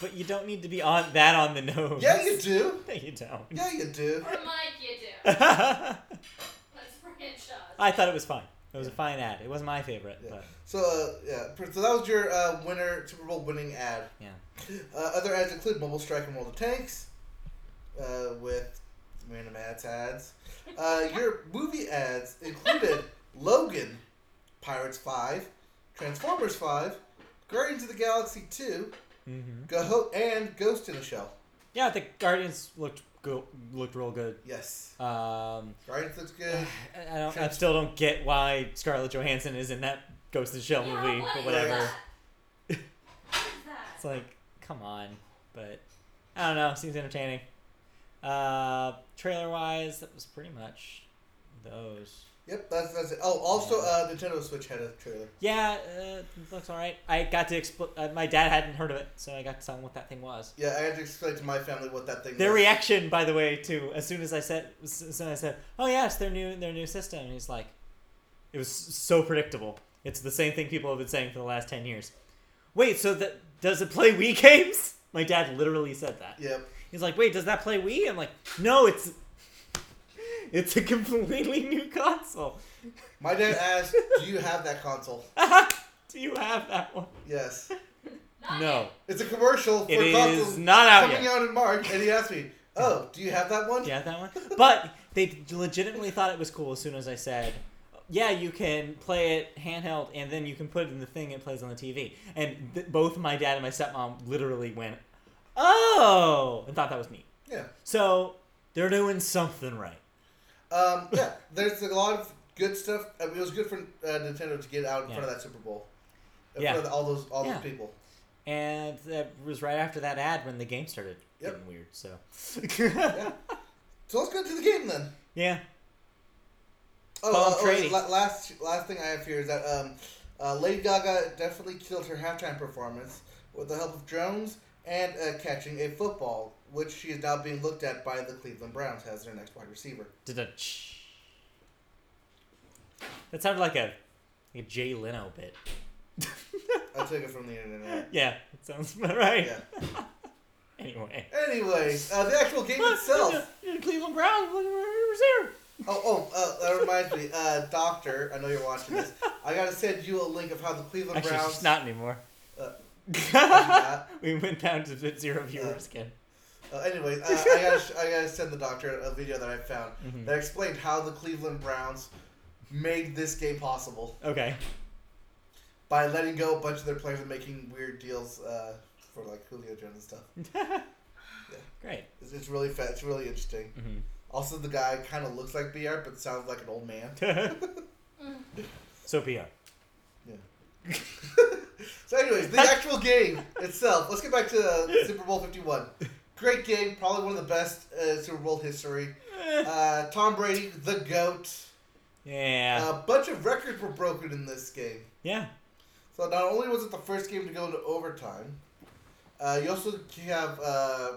S1: But you don't need to be on that on the nose.
S2: Yeah, you do.
S1: No, you don't.
S2: Yeah, you do.
S3: Or might you do?
S1: I
S3: Let's franchise.
S1: thought it was fine. It was a fine ad. It was my favorite,
S2: Yeah.
S1: but
S2: So uh, yeah, so that was your uh, winner Super Bowl winning ad.
S1: Yeah.
S2: Uh, other ads include Mobile Strike and World of Tanks, uh, with random ads ads. Uh, your movie ads included Logan, Pirates Five, Transformers Five, Guardians of the Galaxy Two,
S1: hmm
S2: Go- and Ghost in the Shell.
S1: yeah, the Guardians looked go- looked real good.
S2: Yes,
S1: Um,
S2: Guardians looks good.
S1: I, I don't, I still don't get why Scarlett Johansson is in that Ghost in the Shell
S3: Yeah,
S1: movie,
S3: what
S1: but
S3: is
S1: whatever.
S3: that? What is that?
S1: It's like, come on. But I don't know. Seems entertaining. Uh, trailer wise, that was pretty much those.
S2: Yep, that's that's it. Oh, also, uh, Nintendo Switch had a trailer.
S1: Yeah, uh, looks all right. I got to expl- uh, my dad hadn't heard of it, so I got to tell him what that thing was.
S2: Yeah, I had to explain to my family what that thing.
S1: Their
S2: was.
S1: reaction, by the way, to as soon as I said, as soon as I said, "Oh yeah, it's their new their new system," he's like, "It was so predictable. It's the same thing people have been saying for the last ten years." Wait, so that does it play Wii games? My dad literally said that.
S2: Yep.
S1: He's like, "Wait, does that play Wii?" I'm like, "No, it's it's a completely new console.
S2: My dad asked, "Do you have that console?"
S1: Do you have that one?"
S2: Yes.
S3: Not
S1: No,
S3: yet.
S2: It's a commercial for
S1: it
S2: consoles
S1: is not out
S2: coming
S1: yet.
S2: out in March, and he asked me, "Oh, do you have that one?"
S1: Yeah, that one. But they legitimately thought it was cool as soon as I said, "Yeah, you can play it handheld, and then you can put it in the thing it plays on the TV." And th- both my dad and my stepmom literally went, "Oh!" and thought that was neat.
S2: Yeah.
S1: So they're doing something right.
S2: Um, yeah, there's a lot of good stuff. I mean, it was good for uh, Nintendo to get out in
S1: Yeah.
S2: front of that Super Bowl. In
S1: Yeah.
S2: front of all those all
S1: Yeah.
S2: those people.
S1: And that was right after that ad when the game started
S2: Yep.
S1: getting weird. So
S2: So let's go to the game then.
S1: yeah,
S2: Oh,
S1: Bob
S2: uh, oh,
S1: Trady.
S2: la- last last thing I have here is that um, uh, Lady Gaga definitely killed her halftime performance with the help of drones and uh, catching a football, which she is now being looked at by the Cleveland Browns as their next wide receiver.
S1: Da-da-tsh. that sounded like a, like a Jay Leno bit.
S2: I took it from the internet.
S1: Yeah, it sounds about right.
S2: Yeah.
S1: Anyway.
S2: Anyway, uh, the actual game itself.
S1: Cleveland Browns. Look here.
S2: Oh, oh, uh, that reminds me, uh, Doctor. I know you're watching this. I gotta send you a link of how the Cleveland
S1: Actually,
S2: Browns.
S1: it's not anymore.
S2: Uh, not.
S1: we went down to zero viewers again.
S2: Uh, anyway, uh, I, gotta sh- I gotta send the doctor a video that I found
S1: Mhm.
S2: that explained how the Cleveland Browns made this game possible
S1: Okay.
S2: by letting go a bunch of their players and making weird deals uh, for like Julio Jones and stuff.
S1: Great.
S2: It's, it's really fa- it's really interesting. Also, the guy kind of looks like BR but sounds like an old man.
S1: Mhm. so PR.
S2: So, anyways, the actual game itself. Let's get back to uh, Super Bowl Fifty One. Great game, probably one of the best uh, Super Bowl history. Uh, Tom Brady, the goat.
S1: Yeah.
S2: A bunch of records were broken in this game.
S1: yeah.
S2: So not only was it the first game to go into overtime, uh, you also have uh,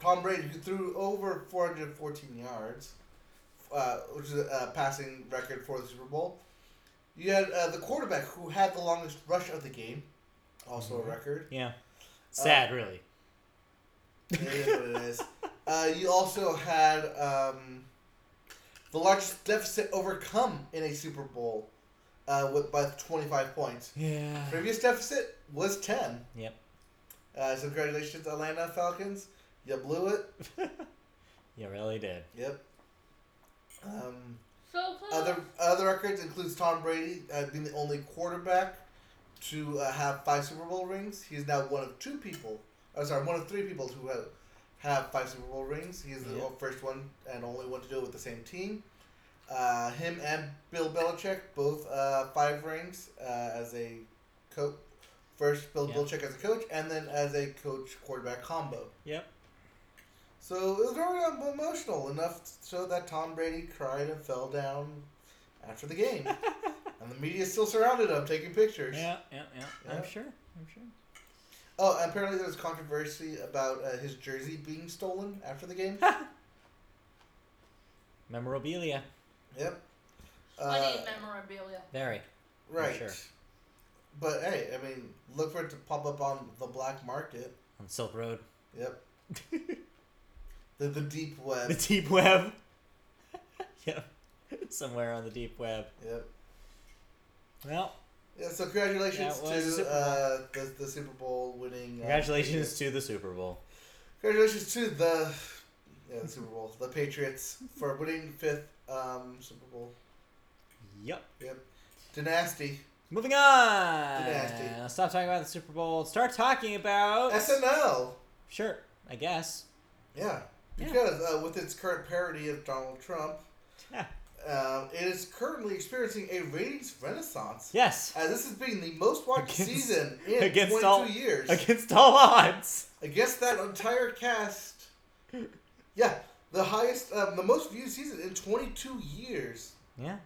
S2: Tom Brady who threw over 414 yards, uh, which is a passing record for the Super Bowl. You had uh, the quarterback who had the longest rush of the game, also
S1: Mhm.
S2: a record.
S1: Yeah. Sad, really.
S2: It is what it is. Uh, you also had um, the largest deficit overcome in a Super Bowl uh, with, by 25 points.
S1: Yeah.
S2: Previous deficit was 10.
S1: Yep.
S2: Uh, so congratulations, Atlanta Falcons. You blew it.
S1: You really did.
S2: Yep. Um,
S3: So close.
S2: other other records includes Tom Brady uh, being the only quarterback to uh, have five Super Bowl rings. He's now one of two people. Oh, sorry, one of three people who have have five Super Bowl rings. He's the
S1: Yeah.
S2: first one and only one to do it with the same team. Uh, him and Bill Belichick both uh, five rings uh, as a coach. First, Bill
S1: Yeah.
S2: Belichick as a coach, and then as a coach quarterback combo.
S1: Yep.
S2: So it was very um, emotional enough so that Tom Brady cried and fell down after the game, and the media still surrounded him taking pictures.
S1: Yeah, yeah, yeah. I'm
S2: Yeah.
S1: sure. I'm sure.
S2: Oh, and apparently there was controversy about uh, his jersey being stolen after the game.
S1: Memorabilia.
S2: yep.
S3: I
S2: Uh,
S3: need memorabilia.
S1: Very.
S2: right.
S1: sure.
S2: But hey, I mean, look for it to pop up on the black market.
S1: On Silk Road.
S2: Yep. the, the deep web.
S1: The deep web. yep. Somewhere on the deep web.
S2: Yep.
S1: Well,
S2: Yeah, so congratulations
S1: That was Super
S2: to
S1: Bowl.
S2: uh, the, the Super Bowl winning. uh,
S1: congratulations to the Super Bowl.
S2: Congratulations to the, yeah, the Super Bowl, the Patriots for winning fifth um, Super Bowl.
S1: Yep.
S2: Yep, dynasty.
S1: Moving on.
S2: Nasty.
S1: Let's Stop talking about the Super Bowl. and Start talking about.
S2: SNL.
S1: sure, I guess.
S2: Yeah,
S1: Yeah.
S2: because uh, with its current parody of Donald Trump, um, it is currently experiencing a ratings renaissance.
S1: yes.
S2: As this has been the most watched
S1: Against-
S2: season in
S1: against
S2: 22
S1: all-
S2: years.
S1: Against all odds.
S2: Against that entire cast. uh, Yeah, the highest, um, the most viewed season in 22 years.
S1: Yeah.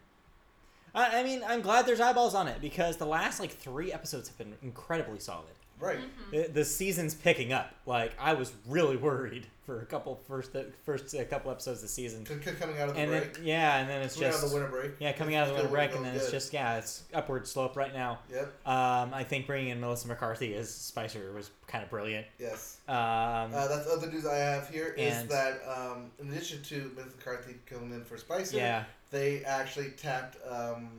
S1: I, I mean, I'm glad there's eyeballs on it because the last like three episodes have been incredibly solid.
S2: Right.
S3: Mm-hmm.
S1: The, the season's picking up. Like I was really worried for a couple first uh, first a couple episodes of the season,
S2: C- c- coming out of the
S1: Mm-hmm. and then
S2: break.
S1: yeah, and then it's
S2: coming out of
S1: just
S2: the winter break.
S1: yeah coming out of the
S2: Still
S1: winter break,
S2: going
S1: and then it's
S2: good.
S1: just yeah, it's upward slope right now.
S2: Yep.
S1: Um, I think bringing in Melissa McCarthy as Spicer was kind of brilliant.
S2: Yes.
S1: Um,
S2: Uh, that's other news I have here is
S1: And-
S2: that um, in addition to Ms. McCarthy coming in for Spicer,
S1: yeah,
S2: they actually tapped um,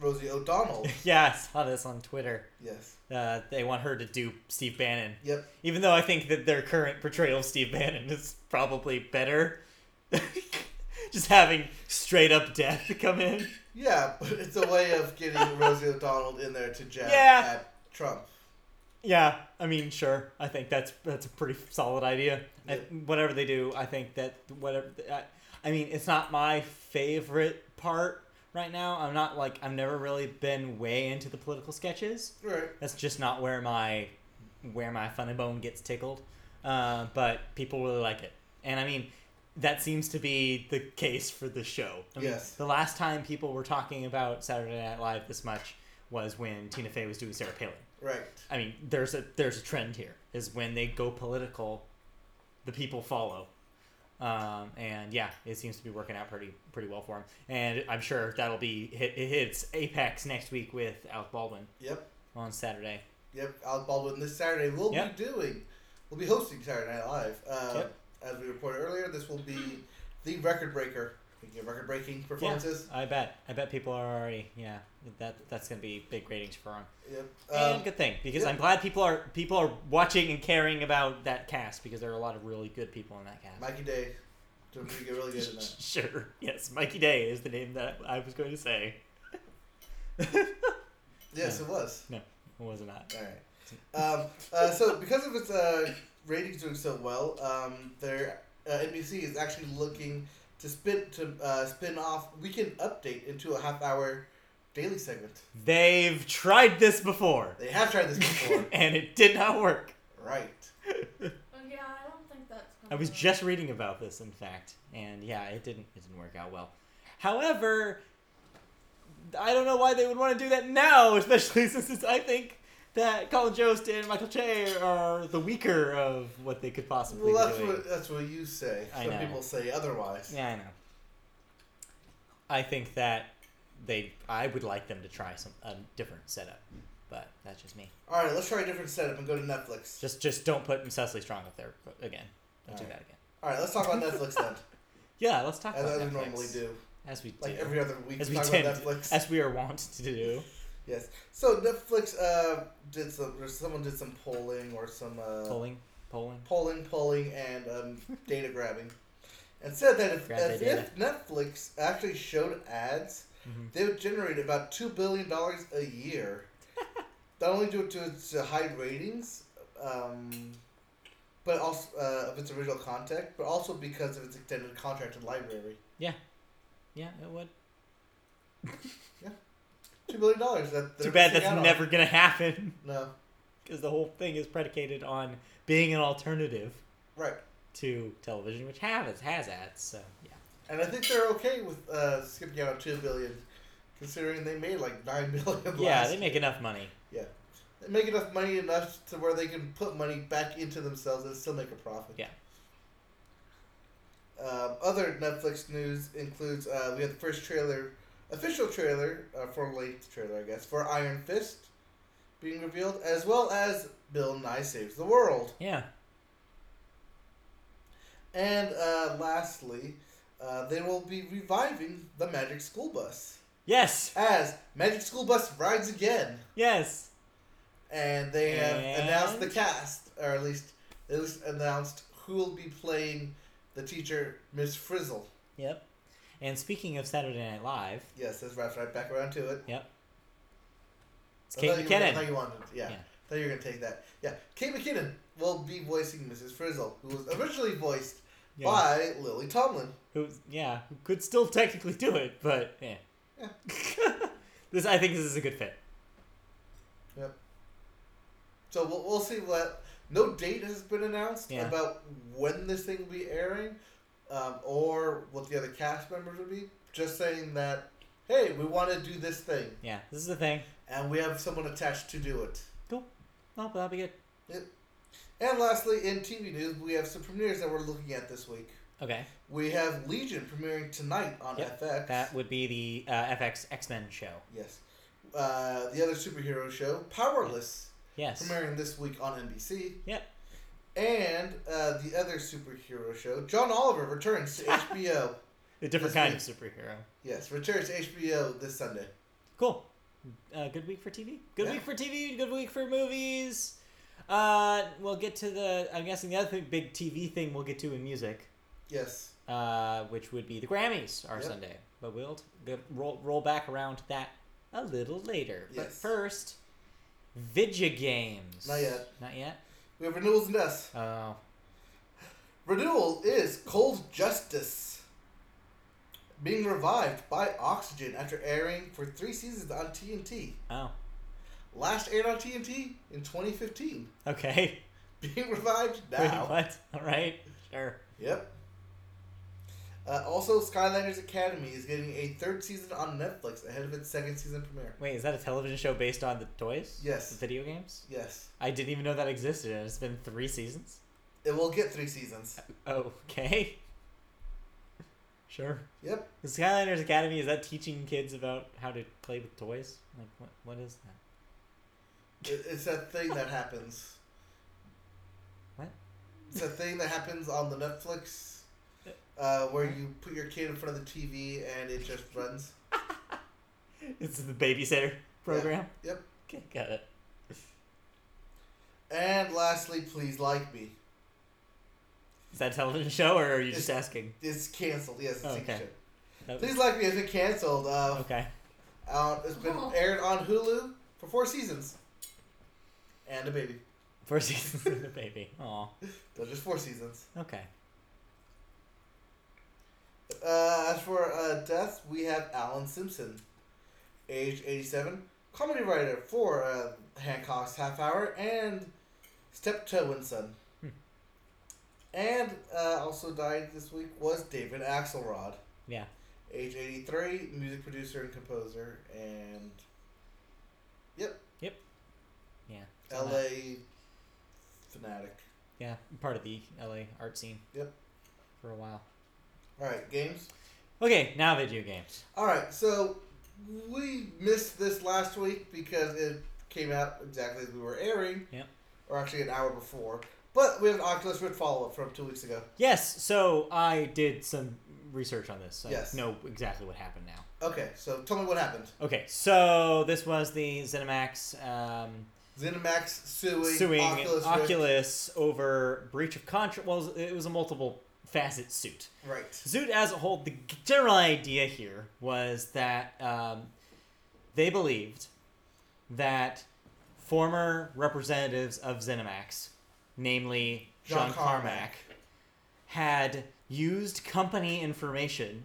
S2: Rosie O'Donnell.
S1: yeah, I saw this on Twitter.
S2: yes.
S1: Uh, they want her to do Steve Bannon,
S2: Yep.
S1: even though I think that their current portrayal of Steve Bannon is probably better. Just having straight up death come in.
S2: Yeah, but it's a way of getting Rosie O'Donnell in there to jab
S1: Yeah.
S2: at Trump.
S1: Yeah, I mean, sure. I think that's that's a pretty solid idea. I,
S2: Yeah.
S1: whatever they do, I think that whatever. I, I mean, it's not my favorite part right now. I'm not like I've never really been way into the political sketches.
S2: Right.
S1: That's just not where my where my funny bone gets tickled. Uh, but people really like it, and I mean, that seems to be the case for the show. I mean,
S2: Yes.
S1: the last time people were talking about Saturday Night Live this much was when Tina Fey was doing Sarah Palin.
S2: Right.
S1: I mean, there's a there's a trend here is when they go political, the people follow, um, and yeah, it seems to be working out pretty pretty well for him. And I'm sure that'll be hit, it hits apex next week with Alec Baldwin
S2: Yep.
S1: on Saturday.
S2: Yep. Alec Baldwin this Saturday will
S1: Yep.
S2: be doing, will be hosting Saturday Night Live. Uh,
S1: Yep.
S2: As we reported earlier, this will be the record breaker. Speaking of record breaking
S1: Yeah,
S2: performances.
S1: I bet I bet people are already yeah that that's gonna be big ratings for him.
S2: Yep. Um,
S1: and good thing because
S2: yeah.
S1: I'm glad people are people are watching and caring about that cast because there are a lot of really good people in that cast.
S2: Mikey Day doing pretty good, really good in that.
S1: Sure. Yes, Mikey Day is the name that I was going to say.
S2: Yes, it was.
S1: No, it was not.
S2: All right. Um, uh, so because of its uh, ratings doing so well, um, their uh, NBC is actually looking to spin to uh, spin off Weekend Update into a half hour daily segment.
S1: They've tried this before,
S2: They have tried this before,
S1: and it did not work.
S2: right?
S3: Oh, yeah, I don't think that's. Gonna
S1: I was
S3: work.
S1: just reading about this, in fact, and yeah, it didn't it didn't work out well. However, I don't know why they would want to do that now, especially since it's, I think that Colin Jost and Michael Che are the weaker of what they could
S2: Well,
S1: possibly be
S2: that's
S1: doing.
S2: what that's what you say.
S1: I
S2: Some
S1: know.
S2: people say otherwise.
S1: Yeah, I know. I think that they. I would like them to try some a different setup, but that's just me.
S2: All right, let's try a different setup and go to Netflix.
S1: Just just don't put Cecily Strong up there again. Don't do
S2: Alright.
S1: that again.
S2: All right, let's talk about Netflix then,
S1: Yeah, let's talk
S2: as
S1: about
S2: we
S1: Netflix.
S2: normally do,
S1: As we do.
S2: like every other week.
S1: as
S2: we
S1: we
S2: talk
S1: tend,
S2: about Netflix.
S1: as we are wont to do.
S2: yes. So Netflix uh, did some. Or someone did some polling or some uh,
S1: Polling, polling.
S2: polling, polling, and um, data grabbing, and said that if,
S1: Grab that
S2: as if Netflix actually showed ads,
S1: Mhm.
S2: they would generate about two billion dollars a year. Not only due to its uh, high ratings, um, but also uh, of its original content, but also because of its extended contract and library.
S1: Yeah, it would.
S2: Two billion dollars. That
S1: Too
S2: they're
S1: bad
S2: missing out
S1: that's
S2: on.
S1: never gonna happen
S2: No,
S1: because the whole thing is predicated on being an alternative
S2: right.
S1: to television, which has has ads. So yeah.
S2: And I think they're okay with uh, skipping out on two billion, considering they made like nine billion.
S1: Yeah,
S2: last
S1: they make enough money.
S2: They make enough money enough to where they can put money back into themselves and still make a profit.
S1: Yeah.
S2: Um, other Netflix news includes uh, we had the first trailer, official trailer, uh, for late trailer, I guess, for Iron Fist being revealed, as well as Bill Nye Saves the World.
S1: Yeah.
S2: And uh, lastly, uh, they will be reviving the Magic School Bus
S1: Yes.
S2: as Magic School Bus rides again.
S1: Yes.
S2: and they have
S1: And-
S2: announced the cast, or at least at least announced who will be playing the teacher, Miss Frizzle.
S1: Yep. And speaking of Saturday Night Live,
S2: Yes, that's wraps right back around to it.
S1: it's
S2: I thought you
S1: Kate
S2: were- I
S1: McKinnon.
S2: thought you wanted, yeah.
S1: Yeah.
S2: I thought you were gonna take that. Yeah, Kate McKinnon will be voicing Mrs. Frizzle, who was originally voiced
S1: Yeah.
S2: by Lily Tomlin.
S1: Who, yeah, who could still technically do it, but yeah.
S2: Yeah.
S1: this, I think, this is a good fit.
S2: So we'll, we'll see what. No date has been announced
S1: Yeah.
S2: about when this thing will be airing, um, or what the other cast members will be. Just saying that hey, we want to do this thing,
S1: Yeah, this is the thing.
S2: and we have someone attached to do it.
S1: Cool. No, but that'll be good.
S2: And lastly, in TV news, we have some premieres that we're looking at this week.
S1: Okay.
S2: We have Legion premiering tonight on
S1: Yep,
S2: FX.
S1: That would be the uh, FX X Men show.
S2: yes. Uh, the other superhero show, Powerless,
S1: Yes.
S2: premiering this week on NBC.
S1: Yep.
S2: And uh, the other superhero show, John Oliver returns to HBO.
S1: A different
S2: This
S1: kind of superhero.
S2: Yes, returns to HBO this Sunday.
S1: Cool. Uh, good week for TV. Good
S2: Yeah.
S1: week for TV. Good week for movies. Uh, we'll get to the. I'm guessing the other thing, big TV thing we'll get to in music,
S2: Yes.
S1: uh, which would be the Grammys are
S2: Yep.
S1: Sunday. But we'll t- go- roll, roll back around to that a little later. But
S2: Yes.
S1: first, Vidya Games.
S2: Not yet.
S1: Not yet?
S2: We have renewals and us.
S1: Oh.
S2: Renewal is Cold Justice. Being revived by Oxygen after airing for three seasons on TNT.
S1: Oh.
S2: Last aired on TNT in 2015.
S1: Okay.
S2: Being revived
S1: Wait,
S2: now.
S1: what? All right. Sure.
S2: Yep. Uh, also, Skylanders Academy is getting a third season on Netflix ahead of its second season premiere.
S1: Wait, is that a television show based on the toys?
S2: Yes.
S1: The video games?
S2: Yes.
S1: I didn't even know that existed, and it's been three seasons?
S2: It will get three seasons.
S1: Okay. Sure.
S2: Yep.
S1: The Skylanders Academy, is that teaching kids about how to play with toys? Like, what, what is that?
S2: It, it's that thing that happens.
S1: What?
S2: It's a thing that happens on the Netflix uh, where you put your kid in front of the TV and it just runs.
S1: It's the babysitter program?
S2: Yep.
S1: Okay, got it.
S2: And lastly, please like me.
S1: Is that a television show, or are you just asking?
S2: It's canceled. Yes, it's
S1: Oh,
S2: okay.
S1: okay. That was-
S2: Please like me. It's been canceled. Uh,
S1: Okay.
S2: uh, it's been aired on Hulu for four seasons. And a baby.
S1: Four seasons of the baby. Aw.
S2: So just four seasons.
S1: Okay.
S2: Uh, as for uh, death, we have Alan Simpson, age 87, comedy writer for uh, Hancock's Half Hour and Steptoe and Son.
S1: Hmm.
S2: And uh, also died this week was David Axelrod,
S1: Yeah.
S2: age 83, music producer and composer, and
S1: Yeah. It's on that-
S2: LA fanatic.
S1: Yeah, part of the LA art scene.
S2: Yep.
S1: For a while.
S2: Alright, games.
S1: Okay, now video games.
S2: Alright, so we missed this last week because it came out exactly as we were airing.
S1: Yep.
S2: Or actually an hour before. But we have an Oculus Rift follow up from two weeks ago.
S1: Yes, so I did some research on this. I
S2: Yes.
S1: know exactly what happened now.
S2: Okay, so tell me what happened.
S1: Okay, so this was the Zenimax um,
S2: ZeniMax suing,
S1: suing
S2: Oculus,
S1: Oculus,
S2: Rift.
S1: over breach of contract. Well, it was a multiple facet suit.
S2: Right.
S1: Zoot as a whole, the g- general idea here was that um, they believed that former representatives of ZeniMax, namely
S2: John
S1: John,
S2: Carmack.
S1: Carmack, had used company information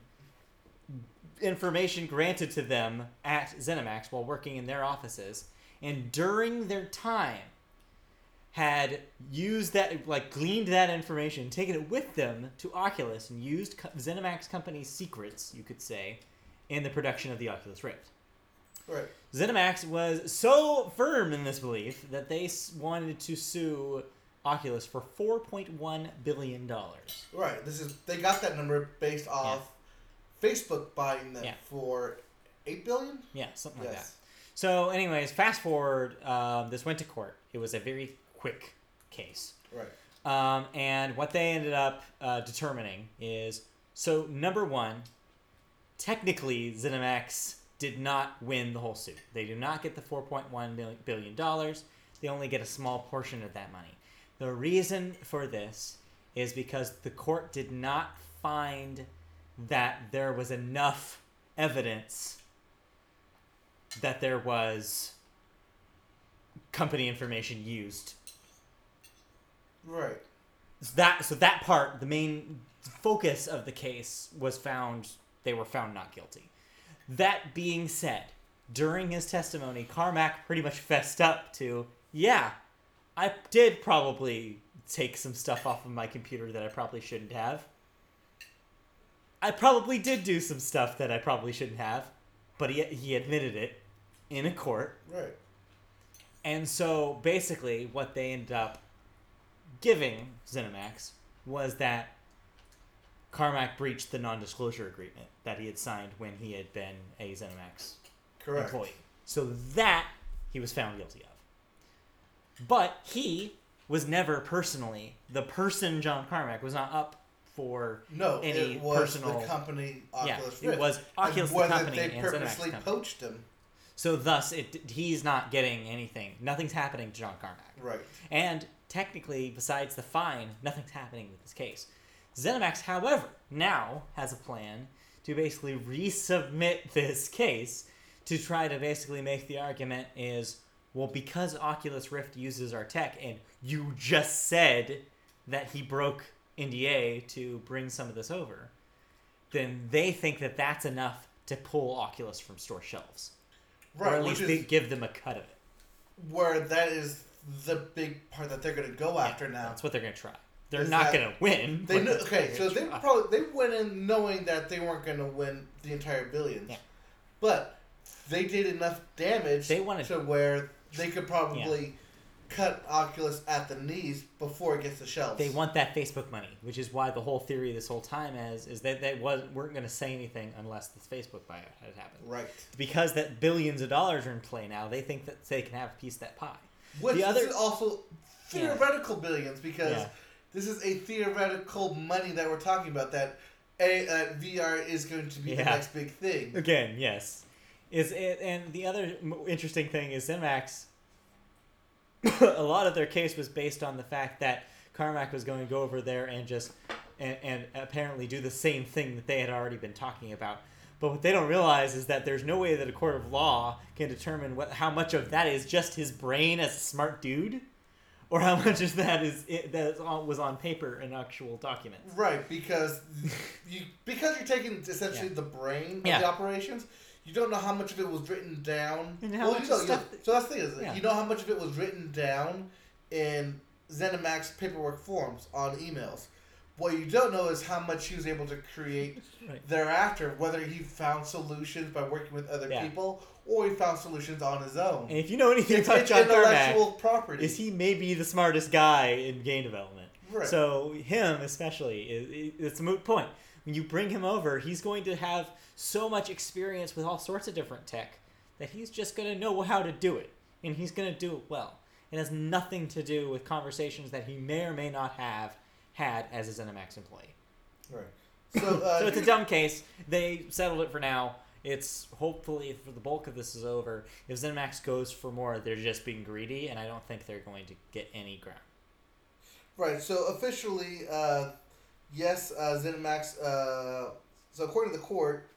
S1: information granted to them at ZeniMax while working in their offices, and during their time had used that, like, gleaned that information, taken it with them to Oculus, and used co- ZeniMax Company's secrets, you could say, in the production of the Oculus Rift.
S2: Right.
S1: ZeniMax was so firm in this belief that they s- wanted to sue Oculus for $4.1 billion.
S2: Right. This is they got that number based off Facebook buying them
S1: Yeah.
S2: for eight billion?
S1: Yeah, something like that.
S2: Yes.
S1: So, anyways, fast forward, um, this went to court. It was a very quick case.
S2: Right.
S1: Um, and what they ended up uh, determining is so, number one, technically, ZeniMax did not win the whole suit. They do not get the $4.1 mil- billion. dollars. They only get a small portion of that money. The reason for this is because the court did not find that there was enough evidence that there was company information used
S2: Right.
S1: so that so that part the main focus of the case was found they were found not guilty that being said during his testimony carmack pretty much fessed up to yeah i did probably take some stuff off of my computer that i probably shouldn't have i probably did do some stuff that i probably shouldn't have but he, he admitted it in a court.
S2: Right.
S1: And so basically, what they ended up giving Zenimax was that Carmack breached the non disclosure agreement that he had signed when he had been a Zenimax
S2: Correct.
S1: employee. So that he was found guilty of. But he was never personally, the person John Carmack was not up for
S2: No,
S1: any
S2: it was
S1: personal.
S2: the company
S1: Yeah,
S2: Oculus
S1: it
S2: Rift.
S1: was Oculus,
S2: and
S1: the
S2: whether
S1: company,
S2: they
S1: and Cinemax, the
S2: purposely
S1: company.
S2: poached him.
S1: so thus, it, he's not getting anything. Nothing's happening to John Carmack.
S2: Right.
S1: And technically, besides the fine, nothing's happening with this case. ZeniMax, however, now has a plan to basically resubmit this case to try to basically make the argument is well because Oculus Rift uses our tech and you just said that he broke NDA to bring some of this over, then they think that that's enough to pull Oculus from store shelves,
S2: Right.
S1: or at
S2: which
S1: least
S2: is
S1: they give them a cut of it.
S2: where that is the big part that they're going to go after
S1: Yeah,
S2: now.
S1: That's what they're gonna try. They're
S2: Is that-
S1: not gonna win.
S2: They
S1: but
S2: knew,
S1: they're
S2: okay, so
S1: gonna
S2: they
S1: try.
S2: probably they went in knowing that they weren't going to win the entire billions,
S1: Yeah.
S2: but they did enough damage
S1: They wanted-
S2: to where they could probably cut Oculus at the knees before it gets to shelves.
S1: they want that Facebook money, which is why the whole theory this whole time is is that they was weren't gonna say anything unless this Facebook buyout had happened.
S2: right,
S1: Because that billions of dollars are in play now, they think that they can have a piece of that pie.
S2: which
S1: The other-
S2: is also
S1: Yeah.
S2: theoretical billions because
S1: Yeah.
S2: this is a theoretical money that we're talking about that. A, uh, VR is going to be the
S1: Yeah.
S2: next big thing.
S1: Again, yes, is it, and the other m- interesting thing is Zenimax. a lot of their case was based on the fact that Carmack was going to go over there and just and, and apparently do the same thing that they had already been talking about. But what they don't realize is that there's no way that a court of law can determine what how much of that is just his brain as a smart dude, or how much of that is it, that is on, was on paper and actual documents.
S2: Right, because you because you're taking essentially
S1: Yeah.
S2: the brain of
S1: Yeah.
S2: the operations. You don't know how much of it was written down.
S1: And how much
S2: you know,
S1: of
S2: you-
S1: stuff that-
S2: so that's the thing is,
S1: Yeah.
S2: you know how much of it was written down in ZeniMax paperwork forms on emails. What you don't know is how much he was able to create
S1: Right.
S2: thereafter. Whether he found solutions by working with other
S1: Yeah.
S2: people, or he found solutions on his own.
S1: And if you know anything
S2: It's,
S1: about
S2: it's
S1: John Carmack,
S2: intellectual property.
S1: is he may be the smartest guy in game development.
S2: Right.
S1: So him especially is it's a moot point. When you bring him over, he's going to have so much experience with all sorts of different tech that he's just going to know how to do it, and he's going to do it well. It has nothing to do with conversations that he may or may not have had as a ZeniMax employee.
S2: Right. So, uh,
S1: So it's a dumb case. They settled it for now. It's hopefully for the bulk of this is over. If ZeniMax goes for more, they're just being greedy, and I don't think they're going to get any ground.
S2: Right. So officially, uh, yes, uh, ZeniMax. Uh, so according to the court,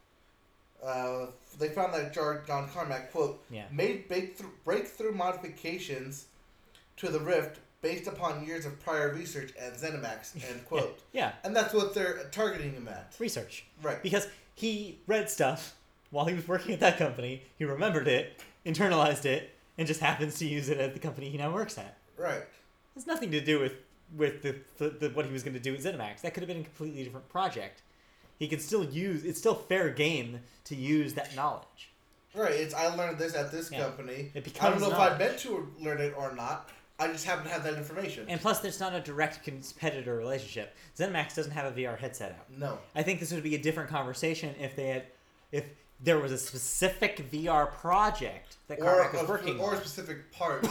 S2: uh, they found that Jar- John Carmack quote
S1: Yeah.
S2: made breakthrough, breakthrough modifications to the Rift based upon years of prior research at ZeniMax end quote.
S1: Yeah,
S2: And that's what they're targeting him at.
S1: research.
S2: Right.
S1: Because he read stuff while he was working at that company, he remembered it, internalized it, and just happens to use it at the company he now works at.
S2: Right.
S1: It has nothing to do with with the, the, the what he was going to do at ZeniMax. That could have been a completely different project. He can still use it's still fair game to use that knowledge.
S2: Right. It's I learned this at this
S1: Yeah.
S2: company.
S1: It
S2: I don't
S1: becomes
S2: know if I
S1: knowledge.
S2: meant to learn it or not. I just happen to have that information.
S1: And plus, there's not a direct competitor relationship. ZeniMax doesn't have a VR headset out.
S2: no.
S1: I think this would be a different conversation if they had, if there was a specific VR project that
S2: or
S1: Carmack
S2: a,
S1: was working
S2: or a
S1: on.
S2: specific part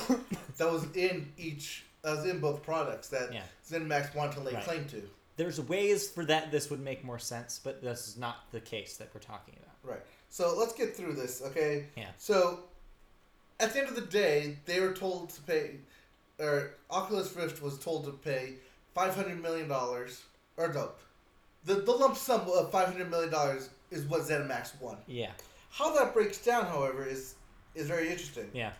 S2: that was in each that was in both products that
S1: Yeah.
S2: ZeniMax wanted to lay
S1: Right.
S2: claim to.
S1: There's ways for that. This would make more sense, but this is not the case that we're talking about.
S2: Right. So let's get through this, okay?
S1: Yeah.
S2: So at the end of the day, they were told to pay, or Oculus Rift was told to pay five hundred million dollars, or no, the the lump sum of five hundred million dollars is what ZeniMax won.
S1: Yeah,
S2: How that breaks down, however, is is very interesting.
S1: yeah,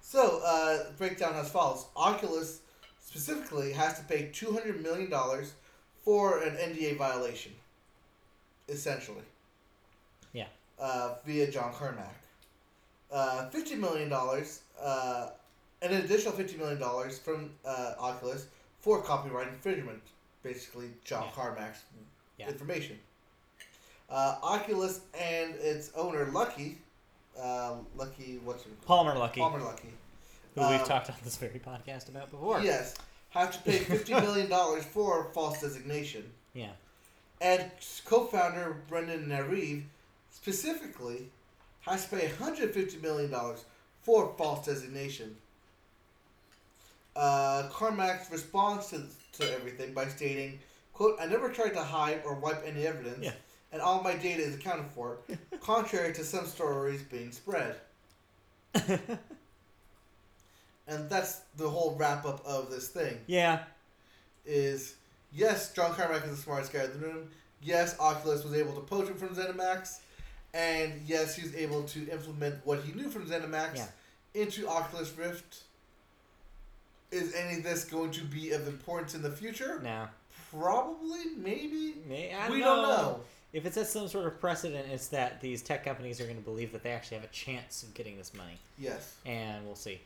S2: So, uh, breakdown as follows Oculus specifically has to pay $200 million for an NDA violation, essentially,
S1: yeah.
S2: uh, via John Carmack. Uh, $50 million, uh, an additional $50 million from uh, Oculus for copyright infringement, basically, John
S1: Yeah.
S2: Carmack's
S1: Yeah.
S2: information. Uh, Oculus and its owner, Lucky, uh, Lucky, what's her
S1: Palmer Lucky,
S2: Palmer Lucky.
S1: who we've
S2: um,
S1: talked on this very podcast about before.
S2: Yes, have to pay fifty million dollars for false designation.
S1: Yeah.
S2: And co-founder Brendan Nareed specifically has to pay $150 million for false designation. Uh, Carmack's response to, to everything by stating, quote, I never tried to hide or wipe any evidence,
S1: Yeah.
S2: and all my data is accounted for, contrary to some stories being spread. And that's the whole wrap-up of this thing
S1: yeah.
S2: is yes, John Carmack is the smartest guy in the room. Yes, Oculus was able to poach him from ZeniMax, and yes, he was able to implement what he knew from ZeniMax
S1: Yeah.
S2: into Oculus Rift. Is any of this going to be of importance in the future?
S1: No.
S2: Probably, maybe.
S1: May- I
S2: we don't know.
S1: If it sets some sort of precedent, it's that these tech companies are going to believe that they actually have a chance of getting this money,
S2: Yes,
S1: and we'll see.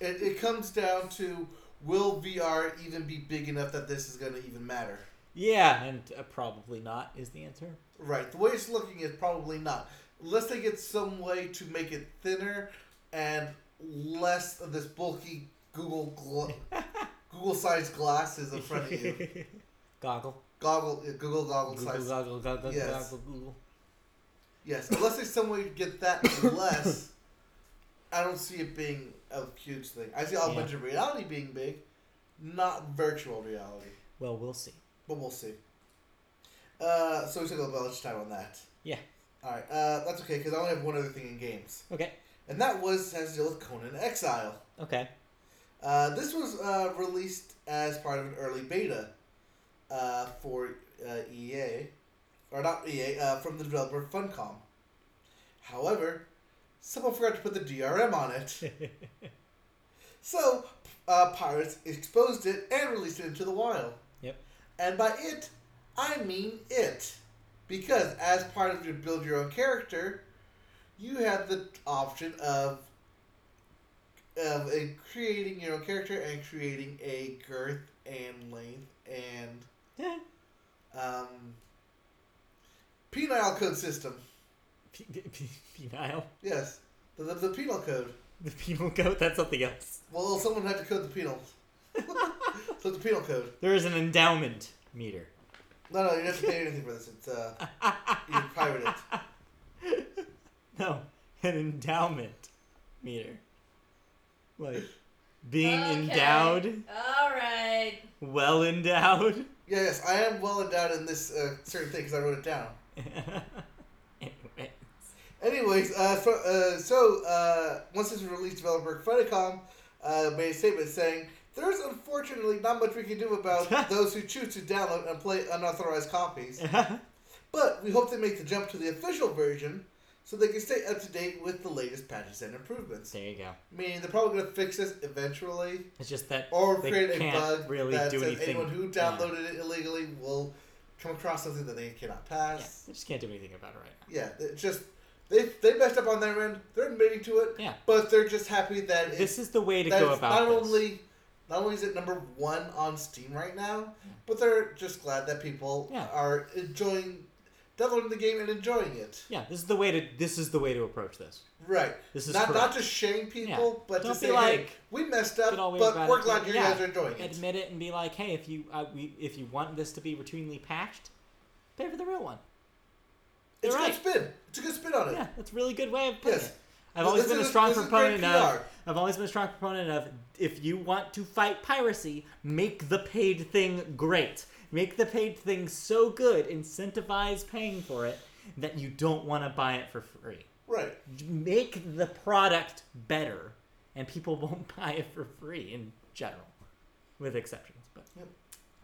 S2: it, it comes down to will VR even be big enough that this is going to even matter?
S1: Yeah, and uh, probably not is the answer.
S2: Right. The way it's looking is probably not. Unless they get some way to make it thinner and less of this bulky Google gl- Google sized glasses in front of you.
S1: Goggle.
S2: Goggle uh, Google goggle
S1: Google,
S2: size.
S1: goggle, goggle,
S2: Yes.
S1: goggle, Google.
S2: Yes. Unless there's some way to get that less. I don't see it being a huge thing. I see augmented reality being big, not virtual reality.
S1: Well, we'll see.
S2: But we'll see. Uh, so we took a little bunch of time on that.
S1: Yeah.
S2: All right. Uh, that's okay because I only have one other thing in games.
S1: Okay.
S2: and that was has to deal with Conan Exile.
S1: Okay.
S2: Uh, this was uh, released as part of an early beta uh, for uh, EA, or not EA, uh, from the developer Funcom. However, someone forgot to put the DRM on it, so uh, pirates exposed it and released it into the wild.
S1: Yep.
S2: And by it, I mean it, because as part of your build your own character, you have the option of of uh, creating your own character and creating a girth and length and
S1: Yeah.
S2: um, penile code system.
S1: P- p- p- penile.
S2: Yes, the, the, the penal code.
S1: The penal code? That's something else.
S2: Well, someone had to code the penal. so it's a penal code.
S1: There is an endowment meter.
S2: No, no, you don't have to pay anything for this. It's uh, you can pirate it.
S1: No, an endowment meter. Like, being
S3: Okay.
S1: endowed,
S3: All right.
S1: well endowed.
S2: Yeah, yes, I am well endowed in this uh, certain thing because I wrote it down.
S1: Anyway.
S2: Anyways, uh, so, uh, so uh, once this was released, developer Funicom uh, made a statement saying, "There's unfortunately not much we can do about those who choose to download and play unauthorized copies, but we hope they make the jump to the official version so they can stay up to date with the latest patches and improvements."
S1: there you go.
S2: Meaning they're probably gonna fix this eventually,
S1: It's just that
S2: or
S1: They
S2: create a
S1: can't
S2: bug
S1: really
S2: that
S1: do
S2: says
S1: anything.
S2: anyone who downloaded it illegally will come across something that they cannot
S1: yeah,
S2: pass.
S1: I just can't do anything about it right now.
S2: Yeah, it's just they they messed up on their end. They're admitting to it.
S1: Yeah.
S2: But they're just happy that it's,
S1: This is the way to
S2: that
S1: go
S2: it's not
S1: about this.
S2: only not only is it number one on Steam right now, but they're just glad that people
S1: Mm. Yeah.
S2: are enjoying downloading the game and enjoying it.
S1: yeah, this is the way to. This is the way to approach this.
S2: Right.
S1: This is
S2: not not
S1: correct.
S2: to shame people,
S1: Yeah.
S2: but
S1: Don't
S2: to
S1: be
S2: say like
S1: like,
S2: we messed up,
S1: get all weird
S2: but
S1: about
S2: we're
S1: it.
S2: glad you
S1: Yeah.
S2: guys are enjoying it.
S1: Admit it and be like, hey, if you uh, we, if you want this to be routinely patched, pay for the real one.
S2: It's a
S1: You're
S2: good spin. It's a good spin on it.
S1: Yeah, that's a really good way of putting
S2: Yes.
S1: it. I've
S2: Th-
S1: always
S2: this
S1: been a
S2: is-
S1: strong
S2: this is
S1: proponent
S2: great
S1: of.
S2: PR.
S1: I've always been a strong proponent of if you want to fight piracy, make the paid thing great. Make the paid thing so good, incentivize paying for it that you don't want to buy it for free.
S2: Right.
S1: Make the product better, and people won't buy it for free in general, with exceptions. But,
S2: Yep.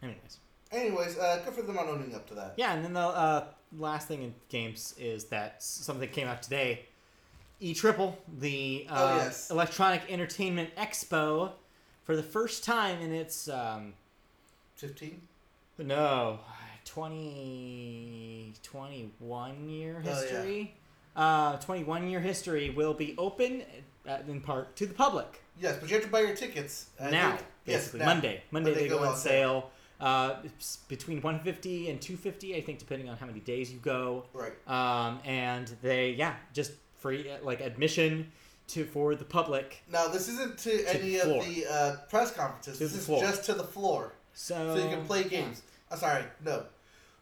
S1: anyways.
S2: Anyways, uh, good for them on owning up to that.
S1: Yeah, and then the uh, last thing in games is that s- something came out today. E Triple, the uh,
S2: Oh, yes.
S1: Electronic Entertainment Expo, for the first time in its um,
S2: Fifteen.
S1: no 20, 21 year
S2: Oh, yeah.
S1: history. uh, 21 year history will be open uh, in part to the public
S2: Yes, but you have to buy your tickets I
S1: now,
S2: think- yes,
S1: basically
S2: now.
S1: Monday. Monday
S2: Monday
S1: they go
S2: go
S1: on
S2: on
S1: sale. Uh, it's between 150 and 250, I think, depending on how many days you go.
S2: Right.
S1: Um, and they, yeah, just free like admission to for the public.
S2: Now this isn't to, any
S1: the floor.
S2: of the uh, press conferences.
S1: To
S2: this
S1: the
S2: is
S1: floor.
S2: just to the floor,
S1: So,
S2: so you can play games. Uh, sorry, no.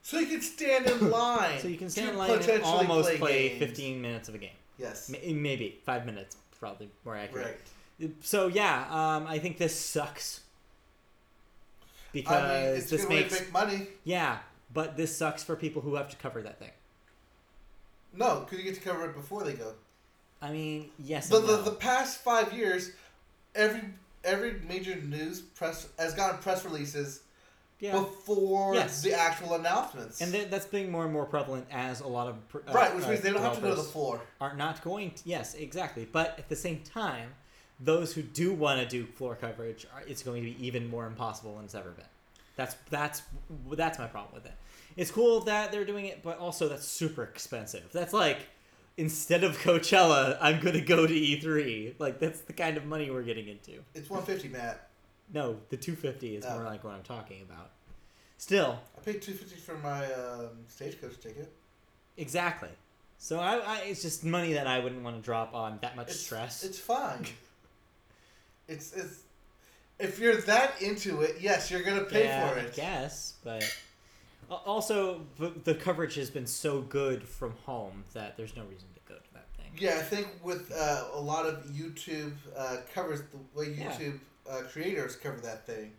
S2: So you can stand in line.
S1: So you can
S2: to
S1: stand in line and
S2: potentially
S1: almost play,
S2: games.
S1: 15 minutes of a game.
S2: Yes.
S1: May- Maybe five minutes, probably more accurate. Uh,
S2: Right.
S1: So yeah, um, I think this sucks because
S2: I mean, it's a
S1: this
S2: good way to
S1: makes
S2: make money.
S1: yeah, but this sucks for people who have to cover that thing.
S2: No, because you get to cover it before they go.
S1: I mean, yes,
S2: But
S1: and
S2: the,
S1: no.
S2: the past five years, every every major news press has gotten press releases
S1: yeah,
S2: before
S1: Yes.
S2: the actual announcements.
S1: and th- that's being more and more prevalent as a lot of pr- uh,
S2: right, which
S1: uh,
S2: means they don't have to go to the
S1: developers
S2: floor.
S1: Are not going. To, yes, exactly. But at the same time, those who do want to do floor coverage, are, it's going to be even more impossible than it's ever been. That's that's that's my problem with it. It's cool that they're doing it, but also that's super expensive. That's like instead of Coachella, I'm gonna go to E3. Like that's the kind of money we're getting into.
S2: It's one fifty, Matt.
S1: No, the 250 is
S2: Oh.
S1: more like what I'm talking about. Still,
S2: I paid two fifty for my um, stagecoach ticket.
S1: exactly. So I, I it's just money that I wouldn't want to drop on that much
S2: It's,
S1: stress.
S2: It's fine. it's it's if you're that into it, yes, you're gonna pay
S1: yeah,
S2: for
S1: I
S2: it.
S1: guess, but Al- also the, the coverage has been so good from home that there's no reason to go to that thing.
S2: Yeah, I think with uh, a lot of YouTube uh, covers the way
S1: Yeah.
S2: YouTube uh, creators cover that thing,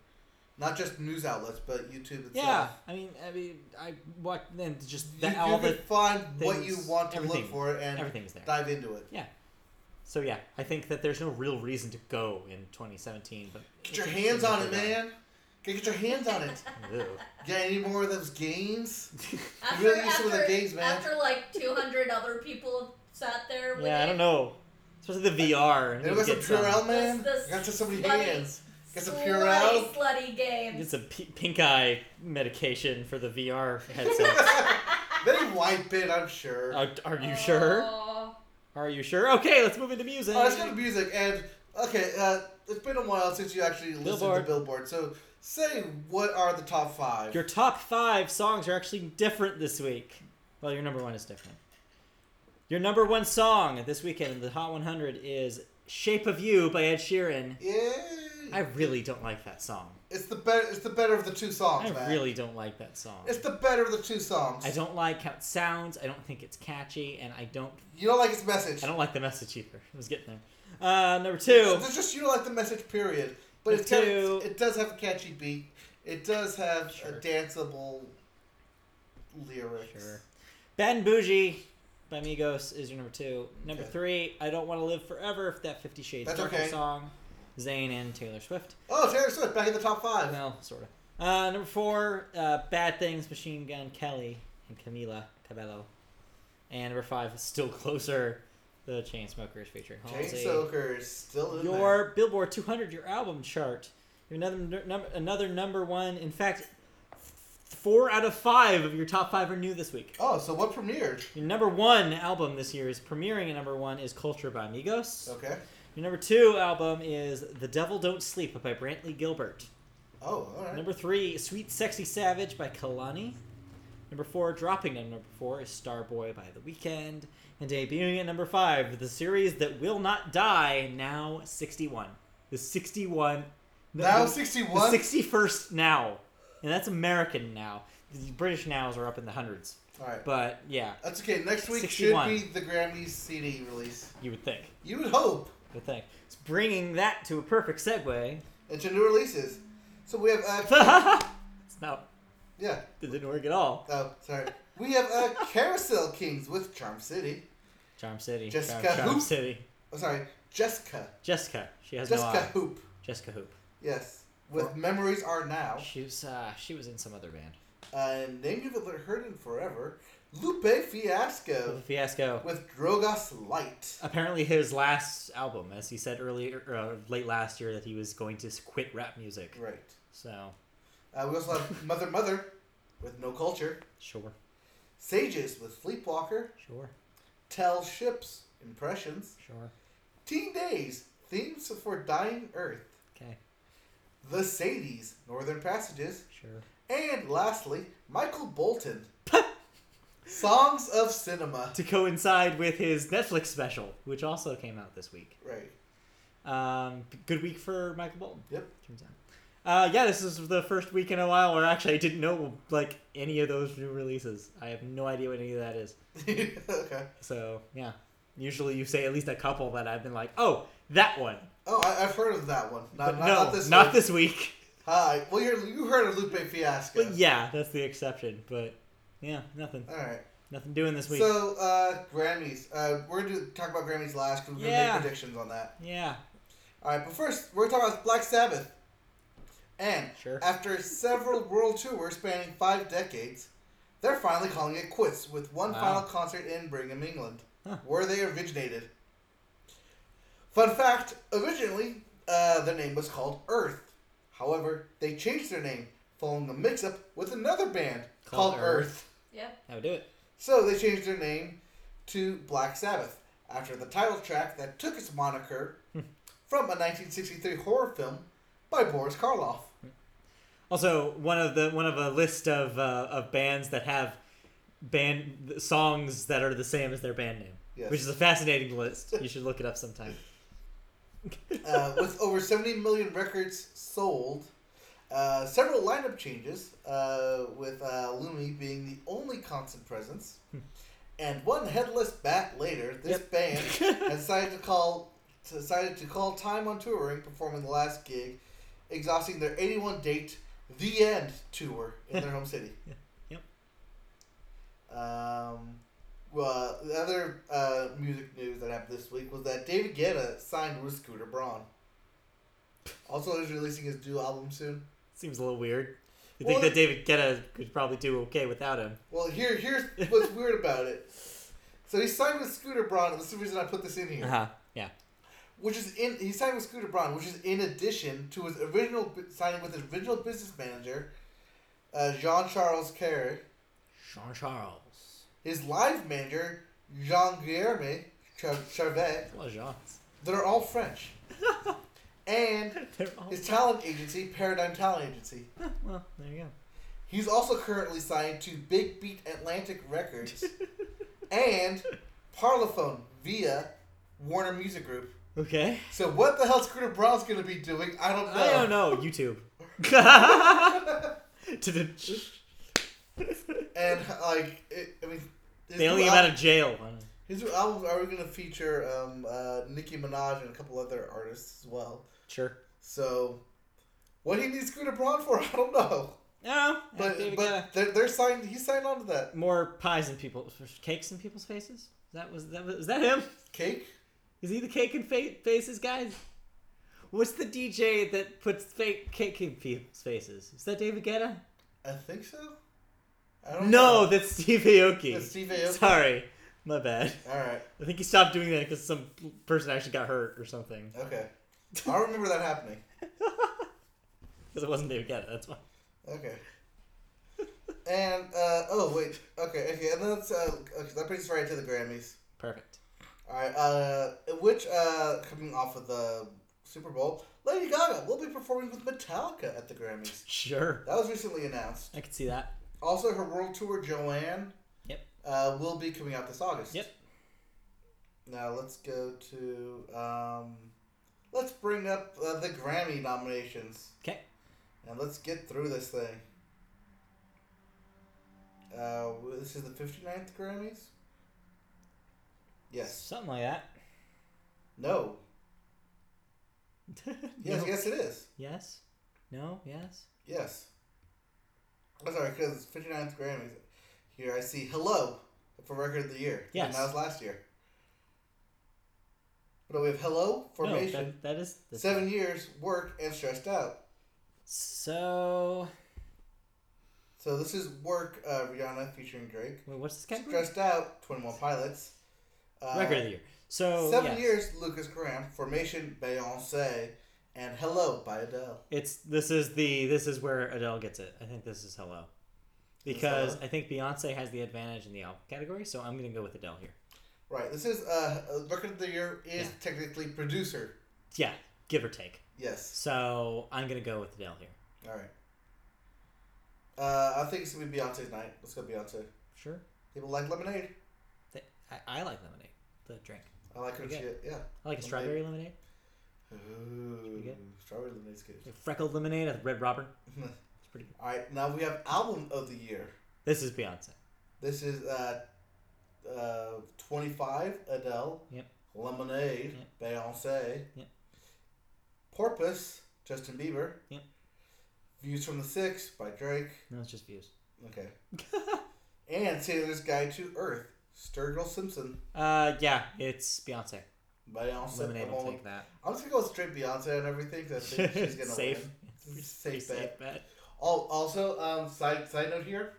S2: not just news outlets, but YouTube itself.
S1: Yeah, I mean, I mean, I what then just
S2: uh, you,
S1: that
S2: you
S1: all
S2: can
S1: the
S2: find what you
S1: things,
S2: want to look
S1: everything,
S2: for and
S1: everything's there.
S2: dive into it.
S1: So yeah, I think that there's no real reason to go in 2017. But
S2: Get your hands on it, man. Get, get your hands on it.
S1: Ew.
S2: Get any more of those games?
S3: After,
S2: really need
S3: after,
S2: some of the gaze, man.
S3: after like 200 other people sat there with
S1: yeah, I
S3: it.
S1: don't know. Especially the VR. and
S2: You
S1: you
S2: got some
S1: get some-
S2: Purell, man?
S3: That's the
S2: You got to so many
S3: slutty-
S2: hands. Get some
S3: slutty,
S2: Purell.
S1: Get
S3: slutty games.
S1: some p- pink eye medication for the VR headset.
S2: They wipe it, I'm sure.
S1: are, are you sure?
S3: Aw.
S1: Are you sure? Okay, let's move into music.
S2: Oh, let's go to music. And okay, uh, it's been a while since you actually listened to
S1: Billboard.
S2: Billboard. So say what are the top five?
S1: Your top five songs are actually different this week. Well, your number one is different. Your number one song this weekend in the Hot 100 is "Shape of You" by Ed Sheeran.
S2: yeah,
S1: I really don't like that song.
S2: it's the better. It's the better of the two songs,
S1: I
S2: man.
S1: really don't like that song.
S2: It's the better of the two songs.
S1: I don't like how it sounds. I don't think it's catchy, and I don't.
S2: You don't like its message.
S1: I don't like the message either. I was getting there. Uh, number two.
S2: It's just you don't like the message. Period. But
S1: Me
S2: it's got,
S1: too.
S2: it does have a catchy beat. It does have
S1: Sure.
S2: a danceable lyrics.
S1: Sure. Bad and Bougie by Migos is your number two. Number
S2: Okay.
S1: three, I Don't Want to Live Forever, that Fifty Shades
S2: That's
S1: Darker
S2: okay.
S1: song. Zayn and Taylor Swift.
S2: Oh, Taylor Swift back in the top five.
S1: Well, sort of. Uh, number four, uh, Bad Things, Machine Gun Kelly and Camila Cabello. And number five, Still Closer, the Chainsmokers featuring Halsey.
S2: Jane Soaker is still in
S1: your Billboard 200, your album chart, your another number, another number one. In fact, f- four out of five of your top five are new this week.
S2: there. Oh, so what premiered?
S1: Your number one album this year is premiering at number one is Culture by Migos.
S2: Okay.
S1: Your number two album is The Devil Don't Sleep by Brantley Gilbert.
S2: Oh, all right.
S1: Number three, Sweet Sexy Savage by Kalani. Number four, dropping at number four is Starboy by The Weeknd. And debuting at number five, the series that will not die, now 61. The 61. the-
S2: Now
S1: the,
S2: 61?
S1: The 61st now. And that's American now. The British nows are up in the hundreds.
S2: All right.
S1: But yeah,
S2: That's okay. Next week
S1: 61.
S2: should be the Grammys CD release.
S1: you would think.
S2: You would hope.
S1: You would think. It's bringing that to a perfect segue.
S2: It's your new releases. So we have. Uh,
S1: it's not.
S2: yeah.
S1: It didn't work at all.
S2: Oh, sorry. We have uh, Carousel Kings with Charm City.
S1: Charm City.
S2: Jessica
S1: Charm, Charm
S2: Hoop?
S1: City.
S2: Oh, sorry. Jessica.
S1: Jessica. She has no
S2: Jessica
S1: eye.
S2: Hoop.
S1: Jessica Hoop.
S2: Yes. With
S1: Or-
S2: Memories Are Now.
S1: She was uh, she was in some other band.
S2: Uh, name you've heard in forever. Lupe Fiasco
S1: Fiasco.
S2: with Drogas Light.
S1: Apparently, his last album, as he said earlier, uh, late last year, that he was going to quit rap music.
S2: Right.
S1: So
S2: Uh, we also have Mother Mother with No Culture.
S1: sure,
S2: Sages with Sleepwalker.
S1: sure,
S2: Tell Ships Impressions.
S1: sure.
S2: Teen Days, Themes for Dying Earth,
S1: Okay,
S2: The Sadies, Northern Passages,
S1: sure.
S2: and lastly, Michael Bolton Songs of Cinema.
S1: to coincide with his Netflix special, which also came out this week.
S2: Right.
S1: Um, good week for Michael Bolton.
S2: Yep.
S1: Turns out. Uh, yeah, this is the first week in a while where actually I didn't know like any of those new releases. I have no idea what any of that is.
S2: okay.
S1: So yeah, usually you say at least a couple that I've been like, oh, that one.
S2: Oh, I, I've heard of that one. Not,
S1: but
S2: not,
S1: no,
S2: not this
S1: not
S2: one.
S1: this week.
S2: Hi. Well, you're, you heard of Lupe Fiasco.
S1: But yeah, that's the exception. But yeah, nothing,
S2: All right.
S1: nothing doing this week.
S2: So, uh, Grammys. Uh, we're going to talk about Grammys last because we're going to
S1: Yeah.
S2: make predictions on that.
S1: yeah,
S2: All right, but first, we're talking about Black Sabbath. And
S1: Sure.
S2: after several world tours spanning five decades, they're finally calling it quits with one
S1: Wow.
S2: final concert in Birmingham, England,
S1: Huh.
S2: where they originated. Fun fact originally, uh, their name was called Earth. However, they changed their name following a mix up with another band
S1: Called
S2: called,
S1: Earth.
S2: Earth.
S3: Yep.
S1: that would do it.
S2: So they changed their name to Black Sabbath after the title track that took its moniker
S1: Hmm.
S2: from a 1963 horror film by Boris Karloff.
S1: Also, one of the one of a list of uh, of bands that have band songs that are the same as their band name,
S2: Yes.
S1: which is a fascinating list. You should look it up sometime.
S2: Uh, with over 70 million records sold, uh, several lineup changes, uh, with uh, Lumi being the only constant presence, and one headless bat later, this
S1: Yep.
S2: band has decided to call decided to call time on touring, performing the last gig, exhausting their 81 date The End tour in their home city.
S1: Yep.
S2: Um, well, the other uh, music news that happened this week was that David Guetta signed with Scooter Braun. Also, is releasing his new album soon.
S1: Seems a little weird. You
S2: Well,
S1: think that David Guetta could probably do okay without him?
S2: Well, here, here's what's weird about it. So he signed with Scooter Braun, and this is the reason I put this in here.
S1: Uh huh. Yeah.
S2: Which is in he signed with Scooter Braun, which is in addition to his original bu- signing with his original business manager, uh, Jean Charles Carey,
S1: Sean Charles.
S2: his live manager Jean Guillerme Char- Charvet.
S1: Well, Jean's.
S2: They're all French, and
S1: They're all-
S2: his talent agency, Paradigm Talent Agency.
S1: well, there you go.
S2: He's also currently signed to Big Beat Atlantic Records and Parlophone via Warner Music Group.
S1: Okay.
S2: So what the hell Scooter Braun's gonna be doing? I don't know.
S1: I don't know. YouTube.
S2: And like, it, I mean, his
S1: they
S2: new
S1: only came
S2: al-
S1: out of jail.
S2: his new albums are gonna feature um, uh, Nicki Minaj and a couple other artists as well.
S1: Sure.
S2: So what he needs Scooter Braun for, I don't know.
S1: No,
S2: But
S1: David
S2: but they're, they're signed. He signed on to that
S1: Guetta. more pies in people, cakes in people's faces. Is That was that was is that him?
S2: cake.
S1: Is he the cake in fa- faces guys? What's the DJ that puts fake cake in people's faces? Is that David Guetta?
S2: I think so. I don't
S1: No,
S2: know.
S1: that's Steve Aoki.
S2: That's Steve Aoki.
S1: Sorry, my bad.
S2: All right.
S1: I think he stopped doing that because some person actually got hurt or something.
S2: Okay. I don't remember that happening.
S1: Because it wasn't David Guetta. That's why.
S2: Okay. And uh oh wait okay okay and then that's, uh okay, that brings us right to the Grammys.
S1: Perfect.
S2: All right. Uh, which uh coming off of the Super Bowl, Lady Gaga will be performing with Metallica at the Grammys.
S1: Sure,
S2: That was recently announced.
S1: I could see that.
S2: Also, her world tour Joanne.
S1: Yep.
S2: Uh, will be coming out this August.
S1: Yep.
S2: Now let's go to um, let's bring up uh, the Grammy nominations.
S1: 'Kay.
S2: And let's get through this thing. Uh, this is the 59th Grammys. Yes.
S1: Something like that.
S2: No. Yes.
S1: No.
S2: Yes, it is.
S1: Yes. No. Yes.
S2: Yes. I'm sorry, because it's 59th Grammys. Here I see Hello for Record of the Year.
S1: Yes.
S2: And that was last year. But we have Hello,
S1: No,
S2: Formation,
S1: that, that is that's-
S2: Seven Years, Work, and Stressed Out.
S1: So,
S2: So this is Work, uh, Rihanna featuring Drake.
S1: wait, what's this category?
S2: Stressed Out, 21 Pilots. Uh,
S1: Record of the year. So
S2: Seven
S1: yes.
S2: Years, Lucas Graham. Formation, Beyonce. And Hello by Adele.
S1: It's this is the this is where Adele gets it. I think this is hello, because
S2: Hello?
S1: I think Beyonce has the advantage in the album category. So I'm gonna go with Adele here.
S2: Right, this is, uh, uh, Record of the Year is
S1: Yeah.
S2: technically producer.
S1: Yeah, give or take.
S2: Yes.
S1: So I'm gonna go with Adele here.
S2: All right. Uh, I think it's gonna be Beyonce's night. Let's go Beyonce.
S1: Sure.
S2: People like lemonade.
S1: Th- I, I like lemonade, the drink.
S2: I like her
S1: Pretty
S2: shit. Yeah.
S1: I like a
S2: Lemonade.
S1: strawberry lemonade,
S2: Ooh,
S1: good.
S2: strawberry lemonade's good.
S1: a freckled lemonade, a red robber.
S2: Mm-hmm.
S1: It's pretty good.
S2: All right, now we have album of the year.
S1: This is Beyonce.
S2: This is uh, uh, 25 Adele.
S1: Yep.
S2: Lemonade Beyonce.
S1: Yep.
S2: Porpoise Justin Bieber.
S1: Yep.
S2: Views from the Six by Drake.
S1: No, it's just views.
S2: Okay. And Sailor's Guide to Earth Sturgill Simpson
S1: uh, yeah, it's Beyonce.
S2: Beyonce.
S1: Lemonade
S2: I'm,
S1: will
S2: all-
S1: take that.
S2: I'm just gonna go straight Beyonce and everything. 'cause I think she's gonna
S1: Safe.
S2: win. It's a
S1: Pretty
S2: Safe bet.
S1: bet.
S2: Oh, also, um, side side note here.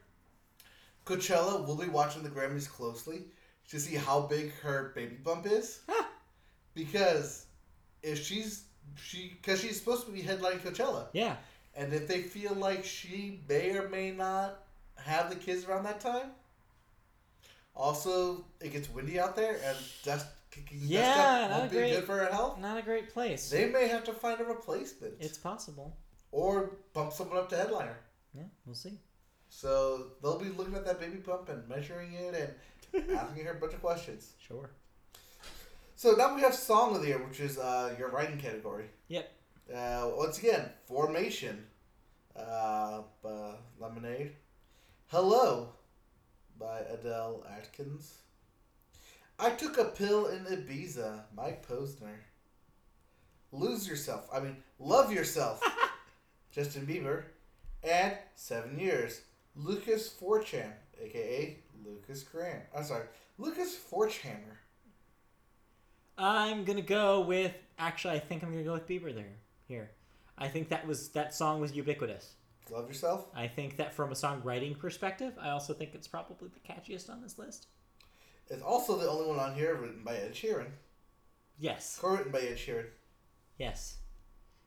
S2: Coachella will be watching the Grammys closely to see how big her baby bump is,
S1: Huh.
S2: because if she's she because she's supposed to be headlining Coachella,
S1: Yeah,
S2: and if they feel like she may or may not have the kids around that time, also it gets windy out there and dust kicking dust
S1: Yeah,
S2: up
S1: not
S2: won't be
S1: great.
S2: good for her health.
S1: not a great place.
S2: They may have to find a replacement
S1: It's possible.
S2: or bump someone up to headliner.
S1: Yeah, we'll see.
S2: So they'll be looking at that baby bump and measuring it and asking her a bunch of questions.
S1: Sure.
S2: So now we have song of the year, which is uh, your writing category.
S1: Yep.
S2: Uh, once again, formation. Uh, uh, lemonade. Hello, by Adele Atkins. I took a pill in Ibiza, Mike Posner. Lose yourself. I mean, love yourself. Justin Bieber, and seven years. Lucas Forcham, aka Lucas Graham. I'm sorry, Lucas Forchhammer.
S1: I'm gonna go with. Actually, I think I'm gonna go with Bieber there. Here, I think that was that song was ubiquitous.
S2: Love yourself.
S1: I think that from a songwriting perspective, I also think it's probably the catchiest on this list.
S2: It's also the only one on here written by Ed Sheeran.
S1: Yes,
S2: Co-written by Ed Sheeran.
S1: yes,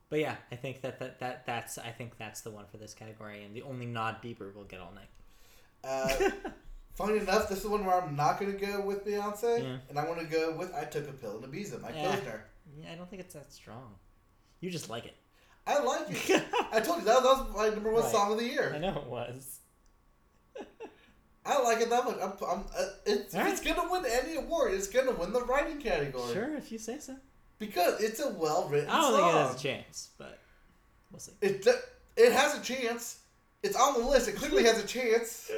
S1: but yeah, I think that that, that that's I think that's the one for this category, and the only nod Bieber will get all night.
S2: Uh, funny enough, this is one where I'm not gonna go with Beyonce,
S1: Yeah.
S2: and I want to go with "I Took a Pill in Ibiza" Mike
S1: Yeah.
S2: Posner.
S1: yeah, I don't think it's that strong. You just like it.
S2: I like it. I told you that, that was my number one
S1: Right.
S2: song of the
S1: I
S2: year.
S1: know it was.
S2: I like it that much. I'm, I'm, uh, it's,
S1: All right.
S2: it's gonna win any award. It's gonna win the writing category
S1: Sure, if you say so.
S2: because it's a well-written
S1: I don't
S2: song.
S1: think it has a chance, but we'll see.
S2: It d- it has a chance. It's on the list. It clearly has a chance.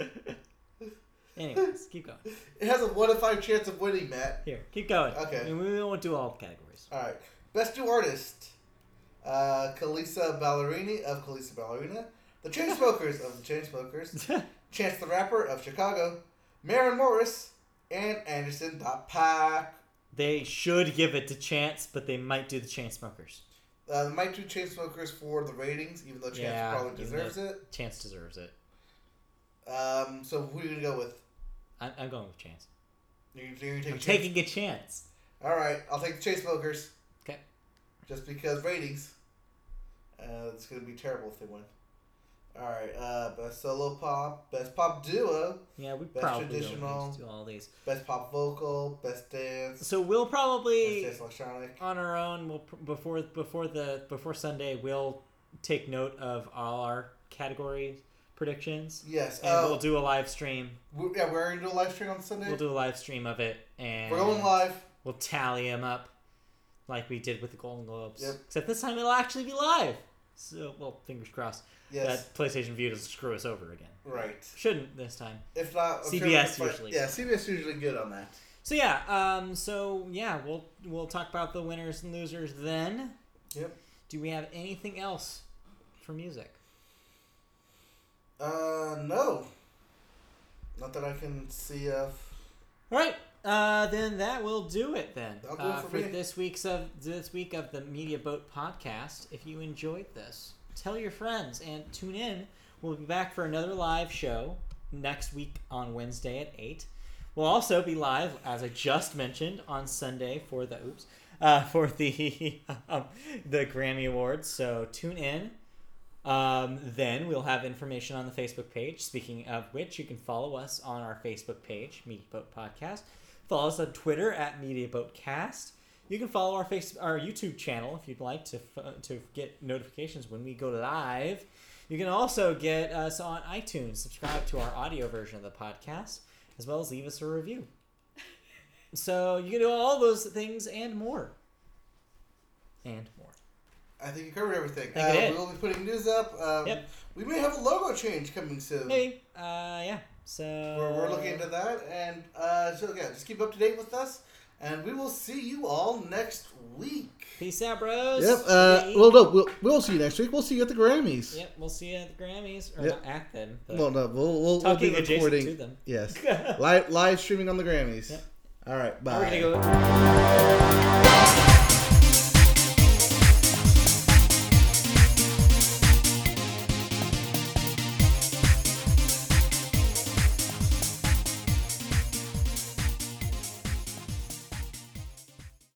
S1: Anyways, keep going.
S2: It has a one in five chance of winning, Matt.
S1: Here, keep going.
S2: Okay.
S1: And we won't do all the categories.
S2: All right. Best new artist: uh, Kalisa Ballerini of Kalisa Ballerina, The Chainsmokers of The Chainsmokers, Chance the Rapper of Chicago, Maren Morris, and Anderson Dot Pack.
S1: they should give it to Chance, but they might do the Chainsmokers.
S2: Uh, my two Chainsmokers for the ratings, even though Chance
S1: Yeah,
S2: probably
S1: even
S2: deserves it.
S1: Chance deserves it.
S2: Um, so who are you gonna go with?
S1: I'm, I'm going with Chance.
S2: You're, you're gonna take
S1: I'm
S2: Chance-
S1: taking a chance.
S2: All right, I'll take the Chainsmokers.
S1: Okay.
S2: Just because ratings. Uh, it's gonna be terrible if they win. All right. Uh, best solo pop, best pop duo,
S1: Yeah, we
S2: Best
S1: probably don't
S2: traditional.
S1: need to do all these.
S2: best pop vocal, best dance,
S1: So we'll
S2: best
S1: probably
S2: dance electronic.
S1: on our own. We'll pr- before before the before Sunday, we'll take note of all our category predictions,
S2: Yes.
S1: and
S2: Uh,
S1: we'll do a live stream.
S2: we- yeah, we're gonna do a live stream on Sunday.
S1: We'll do a live stream of it, and
S2: are going live.
S1: We'll tally them up like we did with the Golden Globes.
S2: Yep.
S1: Except this time it'll actually be live. So, well, fingers crossed
S2: Yes.
S1: that PlayStation View doesn't screw us over again.
S2: Right.
S1: Shouldn't this time.
S2: If not, I'm sure
S1: CBS
S2: we'll find-
S1: usually.
S2: Yeah, CBS usually good on that.
S1: So yeah, um, so yeah, we'll we'll talk about the winners and losers then.
S2: Yep.
S1: Do we have anything else for music?
S2: Uh, no. Not that I can see of.
S1: All right. Uh, then that will do it then
S2: That'll do it
S1: uh,
S2: for
S1: for
S2: me.
S1: this week's of this week of the Media Boat podcast. If you enjoyed this, tell your friends and tune in. We'll be back for another live show next week on Wednesday at eight. We'll also be live, as I just mentioned, on Sunday for the oops uh, for the um, the Grammy Awards. So tune in. Um, then we'll have information on the Facebook page. Speaking of which, you can follow us on our Facebook page, Media Boat Podcast. Follow us on Twitter at Media Boat Cast. You can follow our face our YouTube channel if you'd like to f- uh, to get notifications when we go live. You can also get us on iTunes. Subscribe to our audio version of the podcast. as well as leave us a review. So you can do all those things and more. And more.
S2: I think you covered everything.
S1: I think I
S2: uh,
S1: did.
S2: we will be putting news up. Um,
S1: Yep.
S2: We may have a logo change coming soon.
S1: Maybe. Uh, yeah. So.
S2: We're, we're looking into that. And uh, so, yeah, just keep up to date with us. And we will see you all next week.
S1: Peace out, bros.
S2: Yep. Uh,
S1: Yay.
S2: well, no, we'll, we'll see you next week. We'll see you at the Grammys.
S1: Yep, we'll see you at the Grammys. Or
S2: Yep.
S1: not at them. But
S2: Well, no, we'll, we'll, we'll
S1: talking
S2: be
S1: adjacent
S2: recording.
S1: to them.
S2: Yes. live, live streaming on the Grammys.
S1: Yep.
S2: All right. Bye.
S1: We're going to go.